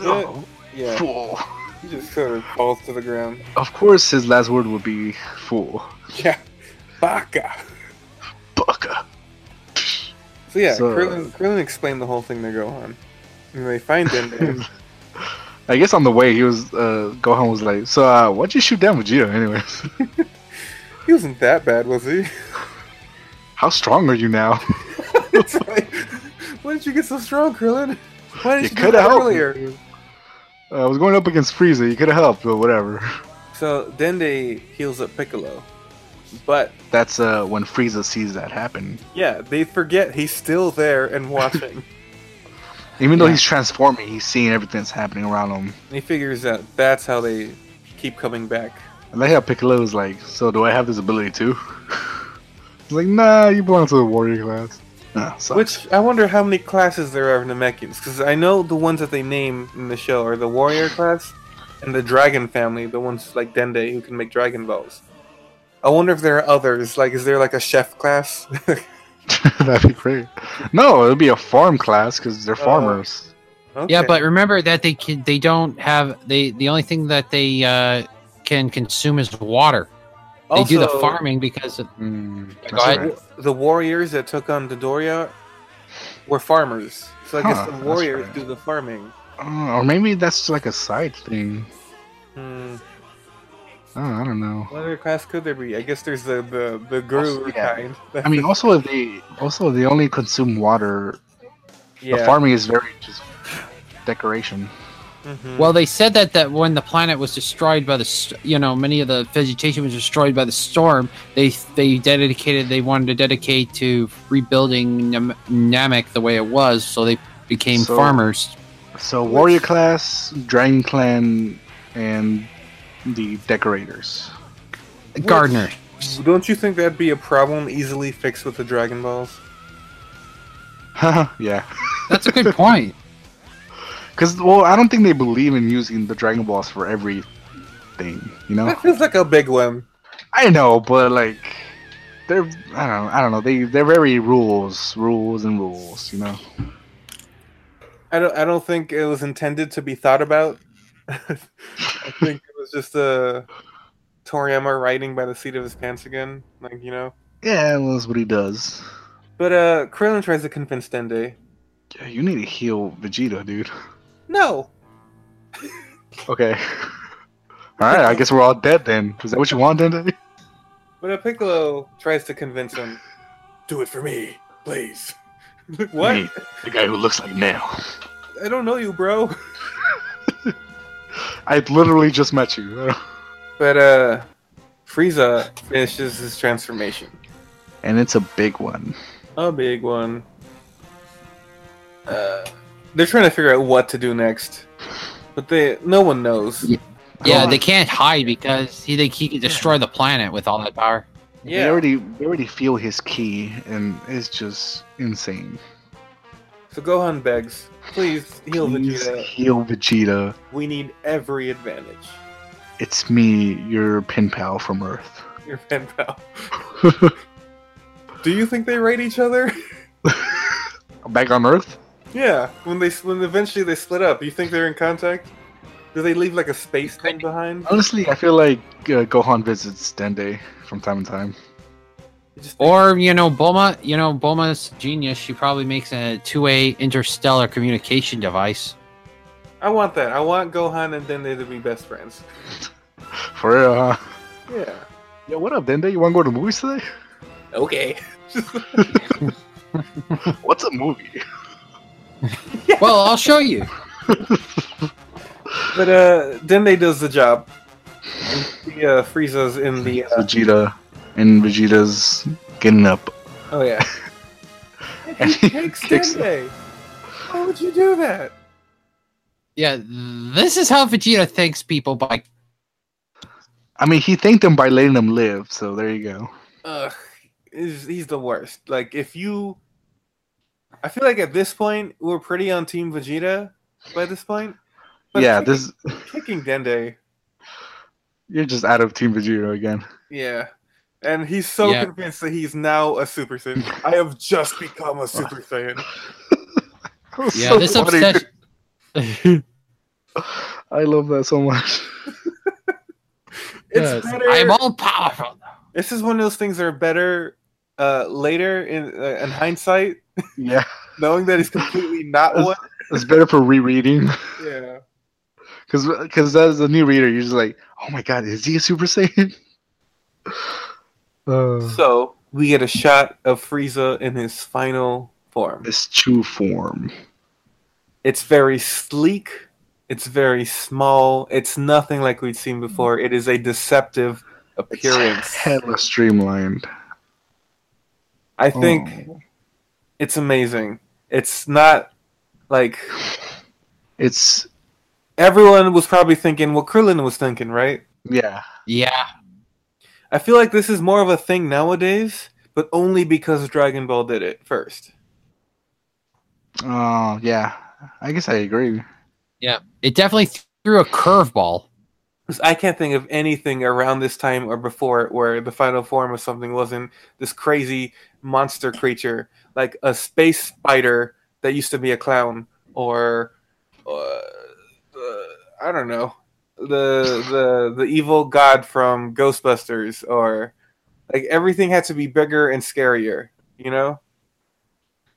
S3: Oh,
S1: yeah,
S3: fool.
S1: he just sort of falls to the ground.
S3: Of course, his last word would be fool.
S1: Yeah, Baka!
S3: Baka.
S1: So yeah,
S3: So-
S1: Krillin, Krillin explained the whole thing to Gohan. And they find Dende.
S3: I guess on the way he was uh, Gohan was like, so uh, why'd you shoot down Vegeta anyways?
S1: he wasn't that bad, was he?
S3: How strong are you now?
S1: it's like, why did you get so strong, Krillin? Why didn't
S3: You
S1: you, do
S3: coulda
S1: that
S3: helped
S1: earlier?
S3: Uh, I was going up against Frieza. You could have helped, but whatever.
S1: So Dende heals up Piccolo. But
S3: That's uh, when Frieza sees that happen.
S1: yeah, they forget he's still there and watching.
S3: Even though
S2: Yeah.
S3: he's transforming, he's seeing everything that's happening around him.
S1: and he figures out that's how they keep coming back.
S3: I like how Piccolo is like, so do I have this ability too? He's like, nah, you belong to the warrior class. Nah, sucks.
S1: Which I wonder how many classes there are of Namekians, because I know the ones that they name in the show are the warrior class and the dragon family, the ones like Dende who can make dragon balls. I wonder if there are others. Like, is there like a chef class?
S3: That'd be great. No, it would be a farm class because they're
S1: Oh.
S3: farmers.
S2: Yeah,
S1: Okay.
S2: but remember that they can, they don't have they the only thing that they uh, can consume is water. they do the
S1: Also,
S2: farming because of,
S3: Mm, that's
S2: Go ahead.
S3: right.
S1: The warriors that took on Dodoria were farmers, so I
S3: Huh,
S1: guess
S3: that's
S1: the warriors
S3: right.
S1: do the farming.
S3: Uh, or maybe that's like a side thing.
S1: Hmm.
S3: Oh, I don't know.
S1: What other class could there be? I guess there's the the, the guru
S3: Also, yeah.
S1: kind.
S3: I mean, also if they also if they only consume water,
S1: yeah.
S3: the farming is very just decoration.
S1: Mhm.
S2: Well, they said that that when the planet was destroyed by the, st- you know, many of the vegetation was destroyed by the storm. They they dedicated they wanted to dedicate to rebuilding Nam- Namek the way it was, so they became
S3: So-
S2: farmers.
S3: So warrior class, dragon clan, and the decorators.
S2: Gardener.
S1: Don't you think that'd be a problem easily fixed with the Dragon Balls?
S3: yeah,
S2: That's a good point.
S3: because well, I don't think they believe in using the dragon balls for everything. You know.
S1: That feels like a big one.
S3: I know, but like they're I don't I don't know. They they're very rules, rules and rules, you know.
S1: I don't. I don't think it was intended to be thought about. I think it was just uh, Toriyama writing by the seat of his pants again, like you know.
S3: Yeah, well, that's what he does.
S1: But uh, Krillin tries to convince Dende.
S3: Yeah, you need to heal Vegeta, dude.
S1: No,
S3: Okay. all right, I guess we're all dead then. Is that what you want, then?
S1: but uh, Piccolo tries to convince him. Do it for me, please. Like, what?
S3: Me, the guy who looks like now.
S1: I don't know you, bro.
S3: I literally just met you.
S1: But uh, Frieza finishes his transformation.
S3: And it's a big one.
S1: a big one. Uh, they're trying to figure out what to do next, but they no one knows.
S2: Yeah. Yeah,
S3: Well,
S2: they can't hide because he they, he can destroy the planet with all that power.
S3: They already they already feel his key and it's just insane.
S1: So Gohan begs, please heal
S3: Please
S1: Vegeta.
S3: heal Vegeta.
S1: We need every advantage.
S3: It's me, your pen pal from Earth.
S1: Your pen pal. Do you think they rate each other?
S3: Back on Earth?
S1: yeah. When they when eventually they split up, you think they're in contact? Do they leave like a space thing behind?
S3: Honestly, I feel like uh, Gohan visits Dende from time to time.
S1: You just think-
S2: Or you know, Bulma. You know, Bulma's genius. She probably makes a two-way interstellar communication device.
S1: I want that. I want Gohan and Dende to be best friends.
S3: For real, huh?
S1: Yeah.
S3: Yo, what up, Dende? You want to go to the movies today?
S1: Okay.
S3: What's a movie?
S2: Well, I'll show you.
S1: But uh, Dende does the job. And he uh, freezes in the. Uh,
S3: Vegeta, and Vegeta's getting up.
S1: oh yeah.
S3: And
S1: and
S3: he
S1: he takes
S3: kicks him.
S1: Dende. Why would you do that?
S2: Yeah, this is how Vegeta thanks people by
S3: I mean, he thanked him by letting him live, so there you go.
S1: Ugh, he's, he's the worst. Like if you, I feel like at this point we're pretty on Team Vegeta. By this point.
S3: yeah,
S1: kicking,
S3: this
S1: kicking Dende.
S3: you're just out of Team Vegeta again.
S1: Yeah. And he's so
S2: Yeah.
S1: convinced that he's now a Super Saiyan. I have just become a Super Saiyan.
S3: That was
S2: yeah
S3: so
S2: this
S3: funny, dude.
S2: obsession.
S3: I love that so much.
S1: It's better.
S2: I'm all powerful.
S1: This is one of those things that are better uh, later in uh, in hindsight,
S3: yeah,
S1: knowing that it's completely not
S3: That's-
S1: one.
S3: it's better for rereading
S1: Yeah,
S3: because because as a new reader, you're just like, oh my god, is he a Super Saiyan? Uh,
S1: So we get a shot of Frieza in his final form.
S3: this Chu form.
S1: It's very sleek. It's very small. It's nothing like we'd seen before. It is a deceptive appearance.
S3: Hella streamlined.
S1: I think it's amazing. It's not like
S3: It's
S1: everyone was probably thinking what Krillin was thinking, right?
S3: yeah.
S2: Yeah,
S1: I feel like this is more of a thing nowadays, but only because Dragon Ball did it first.
S3: Oh yeah. I guess I agree.
S2: it definitely threw a curveball.
S1: 'Cause I can't think of anything around this time or before it where the final form of something wasn't this crazy monster creature, like a space spider that used to be a clown, or uh, uh, I don't know, the the the evil god from Ghostbusters, or like everything had to be bigger and scarier, you know.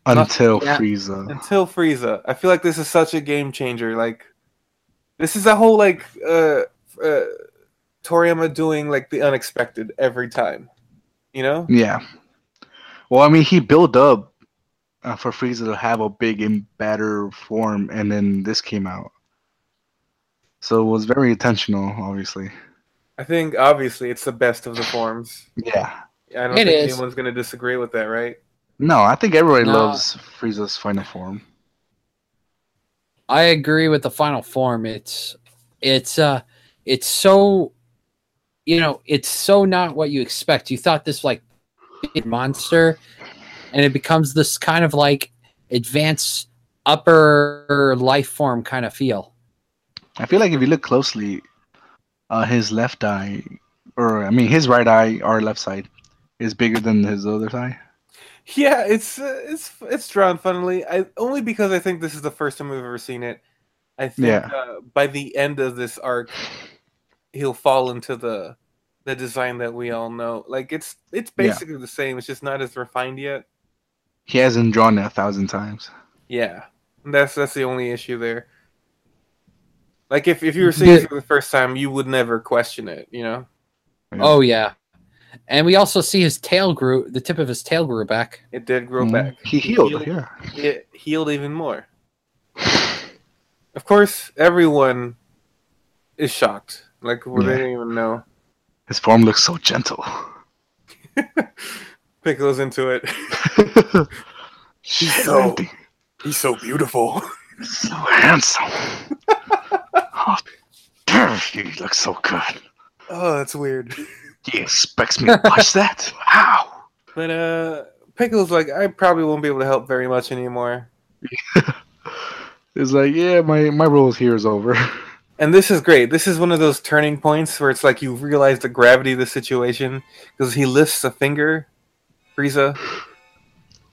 S3: Until
S2: yeah.
S3: Frieza.
S1: until Frieza. I feel like this is such a game changer. Like, this is a whole like uh, uh Toriyama doing like the unexpected every time. You know?
S3: Yeah. Well, I mean, he built up uh, for Frieza to have a big and badder form, and then this came out. So it was very intentional, obviously.
S1: I think obviously it's the best of the forms.
S3: Yeah.
S1: I don't
S2: It
S1: think
S2: is.
S1: anyone's going to disagree with that, right?
S3: No, I think everybody
S2: No.
S3: loves Frieza's final form.
S2: I agree with the final form. It's it's uh it's so you know, it's so not what you expect. You thought this like big monster and it becomes this kind of like advanced upper life form kind of feel.
S3: I feel like if you look closely, uh, his left eye, or I mean, his right eye or left side, is bigger than his other eye.
S1: Yeah, it's uh, it's it's drawn funnily. I only because I think this is the first time we've ever seen it. I think
S3: Yeah.
S1: uh, by the end of this arc, he'll fall into the the design that we all know. Like it's it's
S3: Yeah.
S1: basically the same. It's just not as refined yet.
S3: He hasn't drawn it a thousand times.
S1: Yeah, that's that's the only issue there. Like if if you were seeing
S2: Yeah.
S1: it for the first time, you would never question it. You know.
S3: Yeah.
S2: Oh yeah. And we also see his tail grew the tip of his tail grew back.
S1: It did grow
S3: Mhm.
S1: back.
S3: He healed,
S1: Healed.
S3: yeah.
S1: It healed even more. Of course, everyone is shocked. Like well,
S3: Yeah.
S1: they didn't even know.
S3: His form looks so gentle.
S1: Piccolo's into it.
S3: Shit,
S1: so-
S3: Andy,
S1: He's so beautiful.
S3: so handsome. Oh, How dare you you look so good?
S1: Oh, that's weird.
S3: He expects me to watch that? How?
S1: But uh Piccolo's like, I probably won't be able to help very much anymore.
S3: It's like, yeah, my my role here is over.
S1: And this is great. This is one of those turning points where it's like you realize the gravity of the situation because he lifts a finger, Frieza.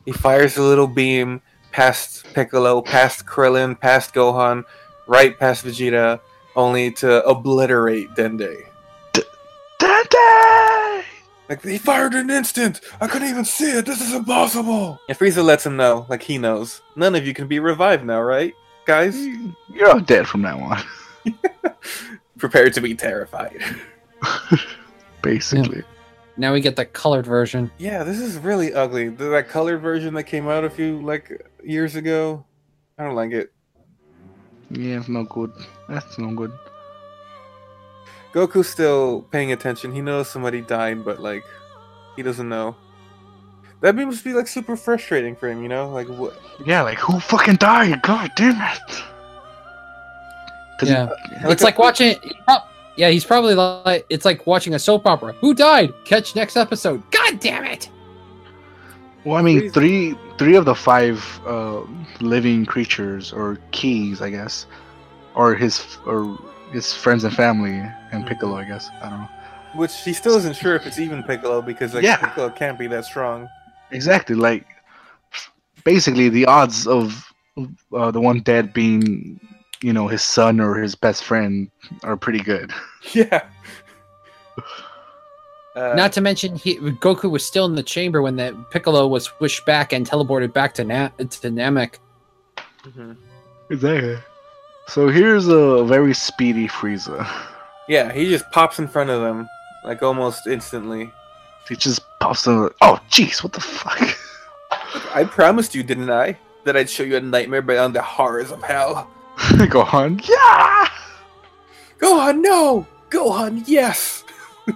S1: He fires a little beam past Piccolo, past Krillin, past Gohan, right past Vegeta, only to obliterate Dende.
S3: Dante!
S1: Like he fired in an instant. I couldn't even see it. This is impossible. And Frieza lets him know, like he knows. None of you can be revived now, right, guys?
S3: You're all dead from now on,
S1: Prepare to be terrified.
S3: basically.
S2: Now we get the colored version.
S1: Yeah, this is really ugly. Th- That colored version that came out a few like years ago. I don't like it.
S3: Yeah, it's no good. That's no good.
S1: Goku's still paying attention. He knows somebody died, but like, he doesn't know. That must be like super frustrating for him, you know? Like, what?
S3: Yeah, like who fucking died? God damn it! 'Cause uh,
S2: Yeah.
S1: Like
S2: it's
S1: a-
S2: like watching oh, yeah, he's probably like it's like watching a soap opera. Who died? Catch next episode. God damn it!
S3: Well, I mean, three three of the five uh, living creatures or keys, I guess, or his or his friends and family and Piccolo, I guess. I don't know.
S1: Which he still isn't sure if it's even Piccolo because like
S3: Yeah.
S1: Piccolo can't be that strong.
S3: Exactly, like basically the odds of uh, the one dead being, you know, his son or his best friend are pretty good.
S1: Yeah. Uh,
S2: Not to mention, he, Goku was still in the chamber when the Piccolo was swished back and teleported back to Na- to Namek.
S1: mhm.
S3: Exactly. So here's a very speedy Frieza.
S1: Yeah, he just pops in front of them like almost instantly.
S3: He just pops in. Oh, jeez, what the fuck?
S1: I promised you, didn't I, that I'd show you a nightmare beyond the horrors of hell.
S3: Gohan, yeah.
S1: Gohan, no! Gohan, yes!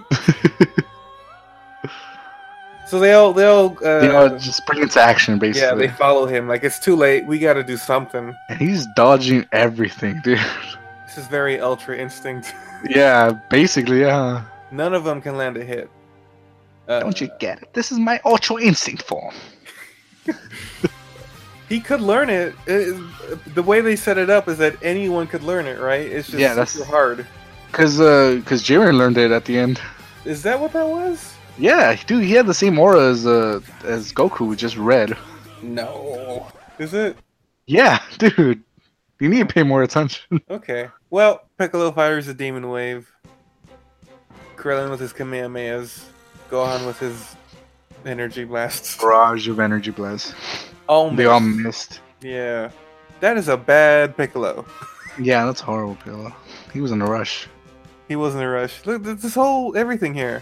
S1: so they all, they all, uh,
S3: you know, just bring it to action,
S1: yeah,
S3: basically.
S1: they follow him. Like it's too late. We got to do something.
S3: And he's dodging everything, dude.
S1: This is very Ultra Instinct.
S3: yeah, basically, yeah.
S1: None of them can land a hit. Uh,
S3: Don't you get it? This is my Ultra Instinct form.
S1: He could learn it. It- it- The way they set it up is that anyone could learn it, right? It's just
S3: Yeah, that's-
S1: super hard.
S3: Cause, uh, cause Jiren learned it at the end.
S1: Is that what that was?
S3: Yeah, dude, he had the same aura as uh, as Goku, just red.
S1: No. Is it?
S3: Yeah, dude, you need to pay more attention.
S1: Okay. Well, Piccolo fires a demon wave. Krillin with his Kamehamehas. Gohan with his energy blasts.
S3: Barrage of energy blasts.
S1: All
S3: They
S1: miss.
S3: all missed.
S1: Yeah. That is a bad Piccolo.
S3: Yeah, that's horrible, Pillow. He was in a rush.
S1: He wasn't a rush. Look, th- this whole everything here.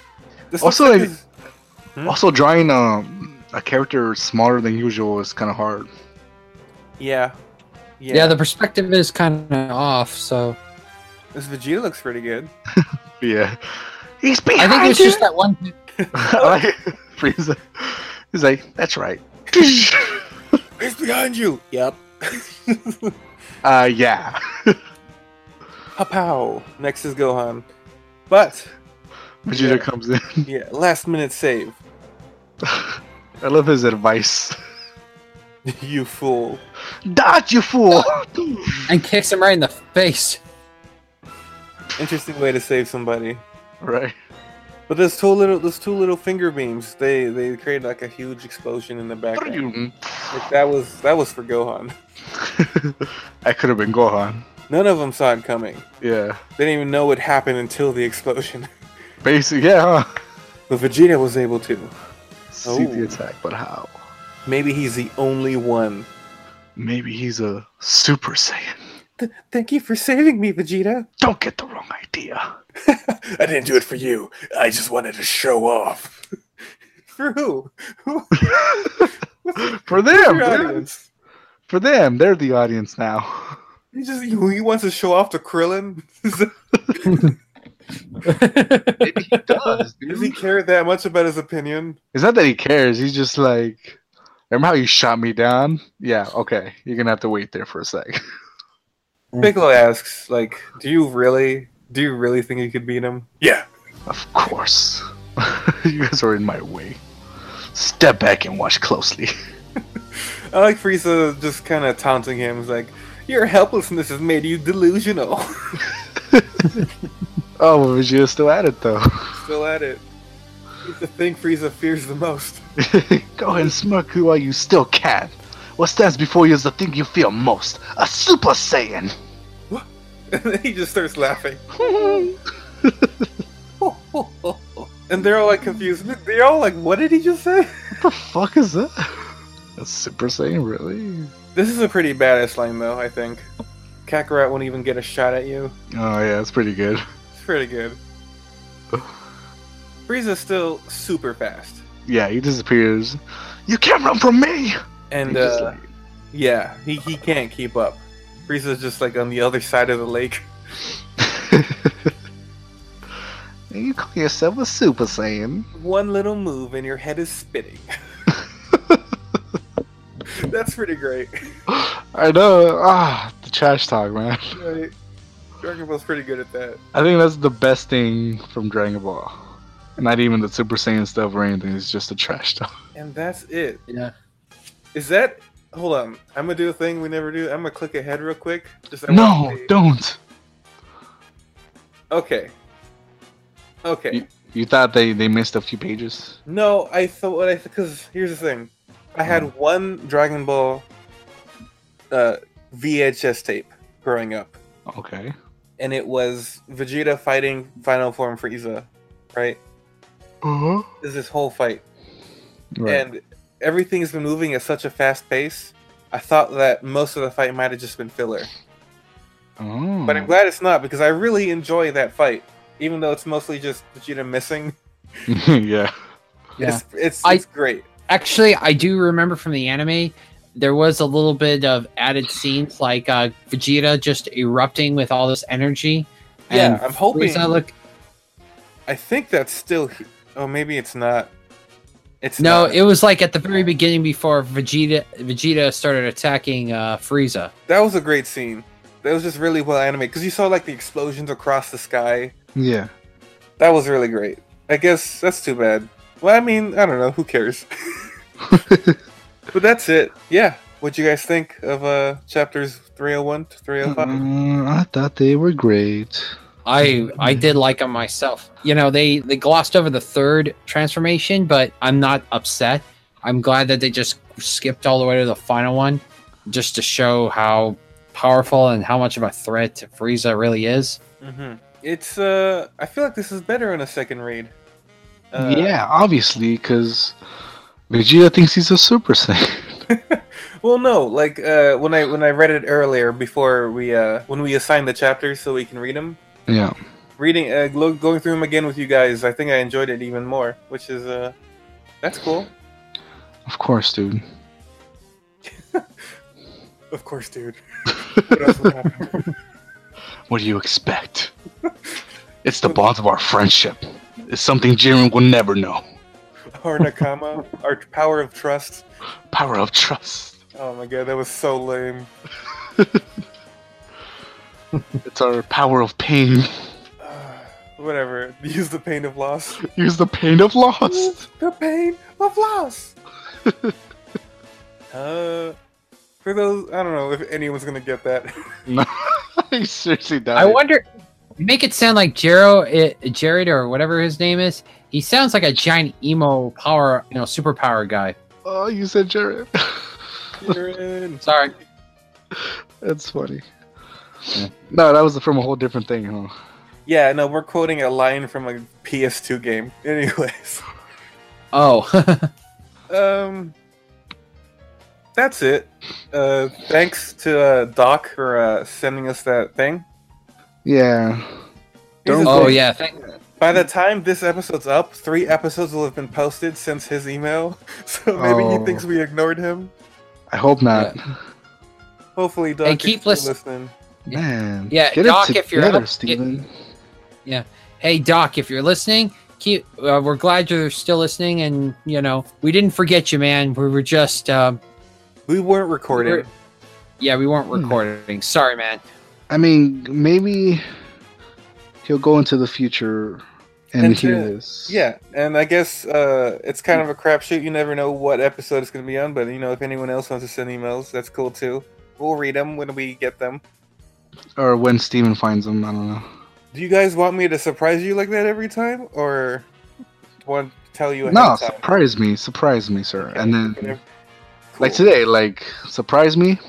S1: This
S3: Also,
S1: looks
S3: like-
S1: his-
S3: Also, drawing um a character smaller than usual is kind of hard.
S1: Yeah.
S2: Yeah. the perspective is kind of off. So
S1: This Vegeta looks pretty good.
S3: Yeah. He's
S2: I
S3: behind
S2: think it's
S3: you!
S2: just that one.
S3: I like- Frieza. He's like, that's right.
S1: It's behind you. Yep.
S3: uh, yeah.
S1: Pow. Next is Gohan. But
S3: Vegeta
S1: Yeah.
S3: comes in.
S1: yeah, last minute save.
S3: I love his advice.
S1: you fool.
S3: Dodge, you fool!
S2: and kicks him right in the face.
S1: Interesting way to save somebody.
S3: right.
S1: But those two little those two little finger beams, they they create like a huge explosion in the back.
S3: Mm-hmm.
S1: Like, that was that was for Gohan.
S3: I could have been Gohan.
S1: None of them saw it coming.
S3: Yeah.
S1: They didn't even know what happened until the explosion.
S3: Basic, yeah. huh?
S1: But Vegeta was able to.
S3: See the
S1: Oh.
S3: attack, but how?
S1: Maybe he's the only one.
S3: Maybe he's a Super Saiyan.
S1: Thank you for saving me, Vegeta.
S3: Don't get the wrong idea.
S1: I didn't do it for you. I just wanted to show off. for who?
S3: For them,
S1: Your
S3: they're-
S1: audience.
S3: for them, they're the audience now.
S1: He just he, he wants to show off to Krillin. Does
S3: Maybe he does.
S1: he care that much about his opinion?
S3: It's not that he cares. He's just like, remember how you shot me down? Yeah, okay. You're gonna have to wait there for a sec.
S1: Piccolo asks, like, do you really, do you really think you could beat him? Yeah.
S3: of course. you guys are in my way. Step back and watch closely.
S1: I like Frieza just kind of taunting him. He's like, your helplessness has made you delusional.
S3: Oh, but Vegeta's still at it though.
S1: Still at it. It's the thing Frieza fears the most.
S3: Go ahead and smirk while you still can. What stands before you is the thing you fear most a Super Saiyan!
S1: and then he just starts laughing. and they're all like confused. They're all like, what did he just say?
S3: the fuck is that? A Super Saiyan, really?
S1: This is a pretty badass line, though, I think. Kakarot won't even get a shot at you.
S3: Oh, yeah, that's pretty good.
S1: It's pretty good. Frieza's still super fast.
S3: Yeah, he disappears. You can't run from me!
S1: And,
S3: He's just
S1: uh,
S3: like-
S1: yeah, he, he can't keep up. Frieza's just, like, on the other side of the lake.
S3: you call yourself a Super Saiyan?
S1: One little move and your head is spinning. That's pretty great.
S3: I know. Ah, the trash talk, man.
S1: Right. Dragon Ball's pretty good at that.
S3: I think that's the best thing from Dragon Ball. Not even the Super Saiyan stuff or anything. It's just the trash talk.
S1: And that's it.
S2: Yeah.
S1: Is that. Hold on. I'm gonna do a thing we never do. I'm gonna click ahead real quick. Just I
S3: No,
S1: wanna see-
S3: don't.
S1: Okay. Okay.
S3: You thought they they missed a few pages?
S1: No, I thought what I because here's the thing, I
S3: Mm.
S1: had one Dragon Ball uh, VHS tape growing up,
S3: Okay.
S1: and it was Vegeta fighting Final Form Frieza, right?
S3: Uh-huh.
S1: This is his whole fight,
S3: Right.
S1: and everything's been moving at such a fast pace. I thought that most of the fight might have just been filler,
S3: oh.
S1: but I'm
S2: Hmm.
S1: glad it's not because I really enjoy that fight, even though it's mostly just Vegeta missing.
S3: yeah.
S2: Yeah.
S1: It's it's,
S2: I-
S1: it's great.
S2: Actually, I do remember from the anime, there was a little bit of added scenes like uh, Vegeta just erupting with all this energy.
S1: Yeah,
S2: and
S1: I'm hoping.
S2: Frieza look.
S1: I think that's still. he- Oh, maybe it's not. It's
S2: No,
S1: Not.
S2: it was like at the very beginning before Vegeta Vegeta started attacking uh, Frieza.
S1: that was a great scene. That was just really well animated because you saw like the explosions across the sky.
S3: Yeah.
S1: That was really great. I guess that's too bad. Well, I mean, I don't know. Who cares? but that's it. Yeah. What you guys think of uh chapters 301 to 305?
S3: Mm, I thought they were great.
S2: I I did like them myself. You know, they they glossed over the third transformation, but I'm not upset. I'm glad that they just skipped all the way to the final one, just to show how powerful and how much of a threat to Frieza really is.
S1: Mm-hmm. It's uh, I feel like this is better on a second read. Uh,
S3: yeah, obviously, because Vegeta thinks he's a Super Saiyan.
S1: Well, no, like uh, when I when I read it earlier before we uh, when we assigned the chapters so we can read them.
S3: yeah.
S1: Reading, uh, glo- going through them again with you guys, I think I enjoyed it even more, which is uh, that's cool.
S3: Of course, dude.
S1: Of course, dude. What else would happen?
S3: What do you expect? it's the bonds of our friendship. It's something Jiren will never know.
S1: our nakama, our power of trust.
S3: Power of trust.
S1: Oh my god, that was so lame.
S3: It's our power of pain.
S1: Whatever. Use the pain of loss.
S3: Use the pain of loss.
S1: the pain of loss. uh, for those, I don't know if anyone's gonna get that.
S3: No, I seriously doubt
S2: I
S3: it.
S2: wonder. Make it sound like Jero, it, Jared, or whatever his name is. He sounds like a giant emo power, you know, superpower guy.
S3: Oh, you said Jared.
S1: You're in.
S2: Sorry.
S3: That's funny.
S2: Yeah.
S3: No, that was from a whole different thing, huh?
S1: Yeah, no, we're quoting a line from a PS2 game. Anyways,
S2: Oh,
S1: um, that's it. Uh, thanks to uh, Doc for uh, sending us that thing.
S3: Yeah.
S1: Here's the
S2: oh
S1: thing.
S2: yeah. Thank,
S1: By the time this episode's up, three episodes will have been posted since his email. So maybe
S3: Oh.
S1: he thinks we ignored him.
S3: I hope not.
S1: Hopefully, Doc.
S2: Hey,
S1: is
S2: keep
S1: still
S2: listen-
S1: listening.
S3: Man.
S2: Yeah,
S3: get
S2: Doc,
S3: it
S2: if you're
S3: together,
S2: up, get-
S3: Steven.
S2: hey Doc, if you're listening, keep. Uh, we're glad you're still listening, and you know we didn't forget you, man. We were just, um,
S1: We weren't recording.
S2: We're- yeah, we weren't
S3: Hmm.
S2: recording. Sorry, man.
S3: I mean, maybe he'll go into the future and,
S1: And
S3: hear
S1: to-
S3: this.
S1: Yeah, and I guess uh, it's kind of a crapshoot. You never know what episode it's going to be on, but you know, if anyone else wants to send emails, that's cool too. We'll read them when we get them.
S3: Or when Steven finds him, I don't know.
S1: Do you guys want me to surprise you like that every time, or want to tell you ahead
S3: No,
S1: of time?
S3: surprise me, surprise me, sir.
S1: Okay,
S3: and then,
S1: whatever.
S3: like
S1: Cool.
S3: today, like surprise me,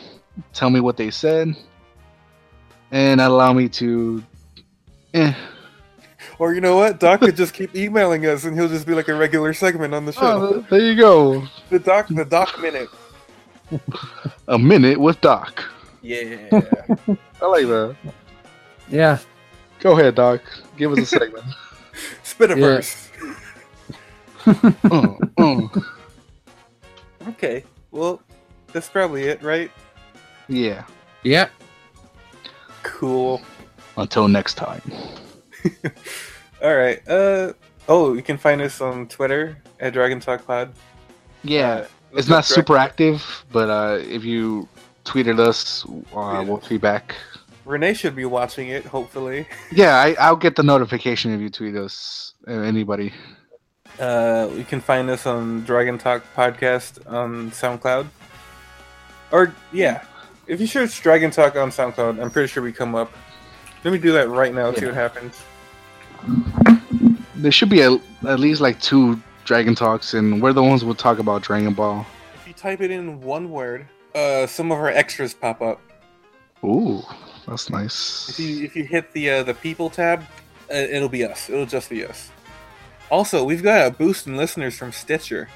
S3: tell me what they said, and allow me to. Eh.
S1: Or you know what? Doc could just keep emailing us, and he'll just be like a regular segment on the show.
S3: Oh, there you go.
S1: the Doc, the Doc minute.
S3: A minute with Doc.
S1: Yeah.
S3: I like that.
S2: Yeah.
S3: Go ahead, Doc. Give us a segment.
S1: Spitterverse.
S3: Mm, mm.
S1: Okay. Well, that's probably it, right?
S3: Yeah.
S2: Yeah.
S1: Cool.
S3: Until next time.
S1: All right. Uh oh, you can find us on Twitter at Dragon Talk Pod.
S3: Yeah.
S1: Uh,
S3: It's not
S1: direct-
S3: super active, but uh, if you tweeted us, uh, we'll tweet back.
S1: Renee should be watching it, hopefully.
S3: Yeah, I, I'll get the notification if you tweet us. uh, Anybody.
S1: Uh, you can find us on Dragon Talk Podcast on SoundCloud. Or yeah, if you search Dragon Talk on SoundCloud, I'm pretty sure we come up. Let me do that right now. See what happens.
S3: There should be a, at least like two Dragon Talks, and we're the ones who talk about Dragon Ball.
S1: If you type it in one word, uh, some of our extras pop up.
S3: Ooh, that's
S1: If
S3: nice.
S1: you if you hit the uh, the people tab, uh, it'll be us. It'll just be us. Also, we've got a boost in listeners from Stitcher.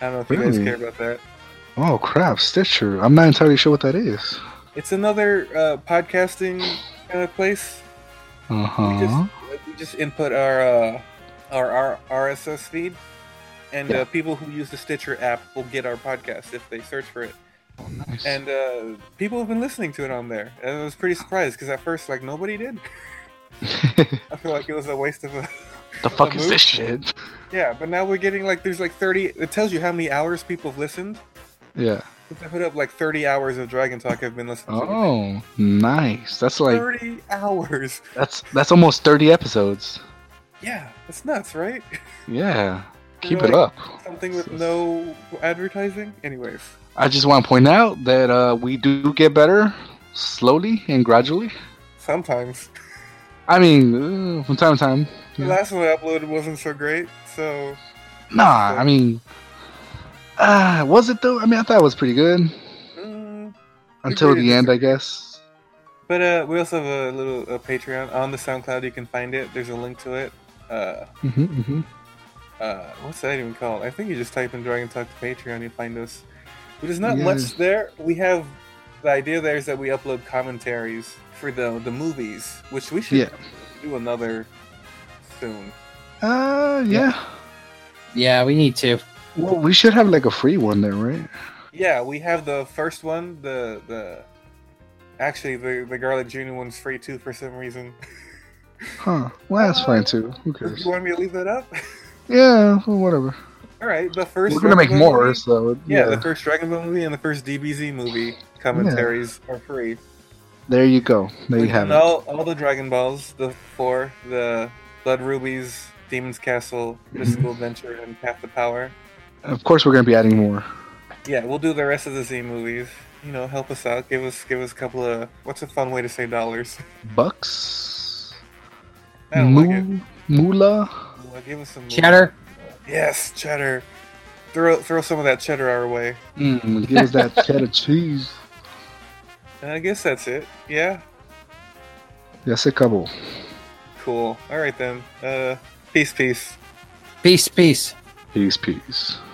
S1: I don't know if you guys
S3: Really?
S1: care about that.
S3: Oh crap, Stitcher. I'm not entirely sure what that is.
S1: It's another uh, podcasting kind of place.
S3: Uh
S1: We just
S3: huh.
S1: we just input our uh, our, our RSS feed, and
S3: Yeah.
S1: uh, people who use the Stitcher app will get our podcast if they search for it.
S3: Nice.
S1: And uh, people have been listening to it on there, and I was pretty surprised because at first, like nobody did. I feel like it was a waste of a
S3: the fuck is
S1: move?
S3: this shit?
S1: Yeah, but now we're getting like there's like 30. It tells you how many hours people have listened.
S3: Yeah.
S1: Since I put up like 30 hours of Dragon Talk, I've been listening. to
S3: Oh, nice. That's like
S1: 30 hours.
S3: that's that's almost 30 episodes.
S1: Yeah, that's nuts, right?
S3: Yeah. Keep
S1: Really?
S3: it up.
S1: Something with no advertising. Anyways,
S3: I just want to point out that uh, we do get better slowly and gradually.
S1: sometimes
S3: I mean, uh, from time to time.
S1: the
S3: Yeah.
S1: last one I uploaded wasn't so great, so
S3: Nah, I mean, uh, was it though? I mean, I thought it was pretty good
S1: mm.
S3: until
S1: Agreed.
S3: the end, I guess.
S1: but uh, we also have a little a Patreon on the SoundCloud. You can find it. There's a link to it. Uh,
S3: hmm hmm
S1: uh, what's that even called? I think you just type in Dragon Talk to Patreon, you find us. But there's not
S3: Yeah.
S1: much there. We have the idea there is that we upload commentaries for the the movies, which we should
S3: Yeah.
S1: do another soon.
S3: Uh, yeah.
S2: Yeah, we need to.
S3: Well, we should have like a free one then, right?
S1: Yeah, we have the first one. The the actually the the garlic junior one's free too for some reason.
S3: Huh. Well, that's fine too. Who cares?
S1: Uh, you want me to leave that up?
S3: Yeah, well, whatever.
S1: All right, the 1st
S3: We're gonna make more, so
S1: Yeah, the first Dragon Ball movie and the first DBZ movie commentaries are free.
S3: There you go. There you have it.
S1: all, all the Dragon Balls, the four, the Blood Rubies, Demon's Castle,
S3: Mhm.
S1: Mystical Adventure, and Path to Power.
S3: Of course, we're gonna be adding more.
S1: Yeah, we'll do the rest of the Z movies. You know, help us out. Give us give us a couple of what's a fun way to say dollars?
S3: Bucks.
S1: I don't like it.
S3: Moolah.
S1: Well, Give us some
S2: Cheddar.
S1: Yes, cheddar. Throw throw some of that cheddar our way.
S3: Mm, give us that cheddar cheese.
S1: And I guess that's it. Yeah.
S3: That's a couple.
S1: Cool. All right then. Uh, peace, peace.
S2: Peace, peace.
S3: Peace, peace.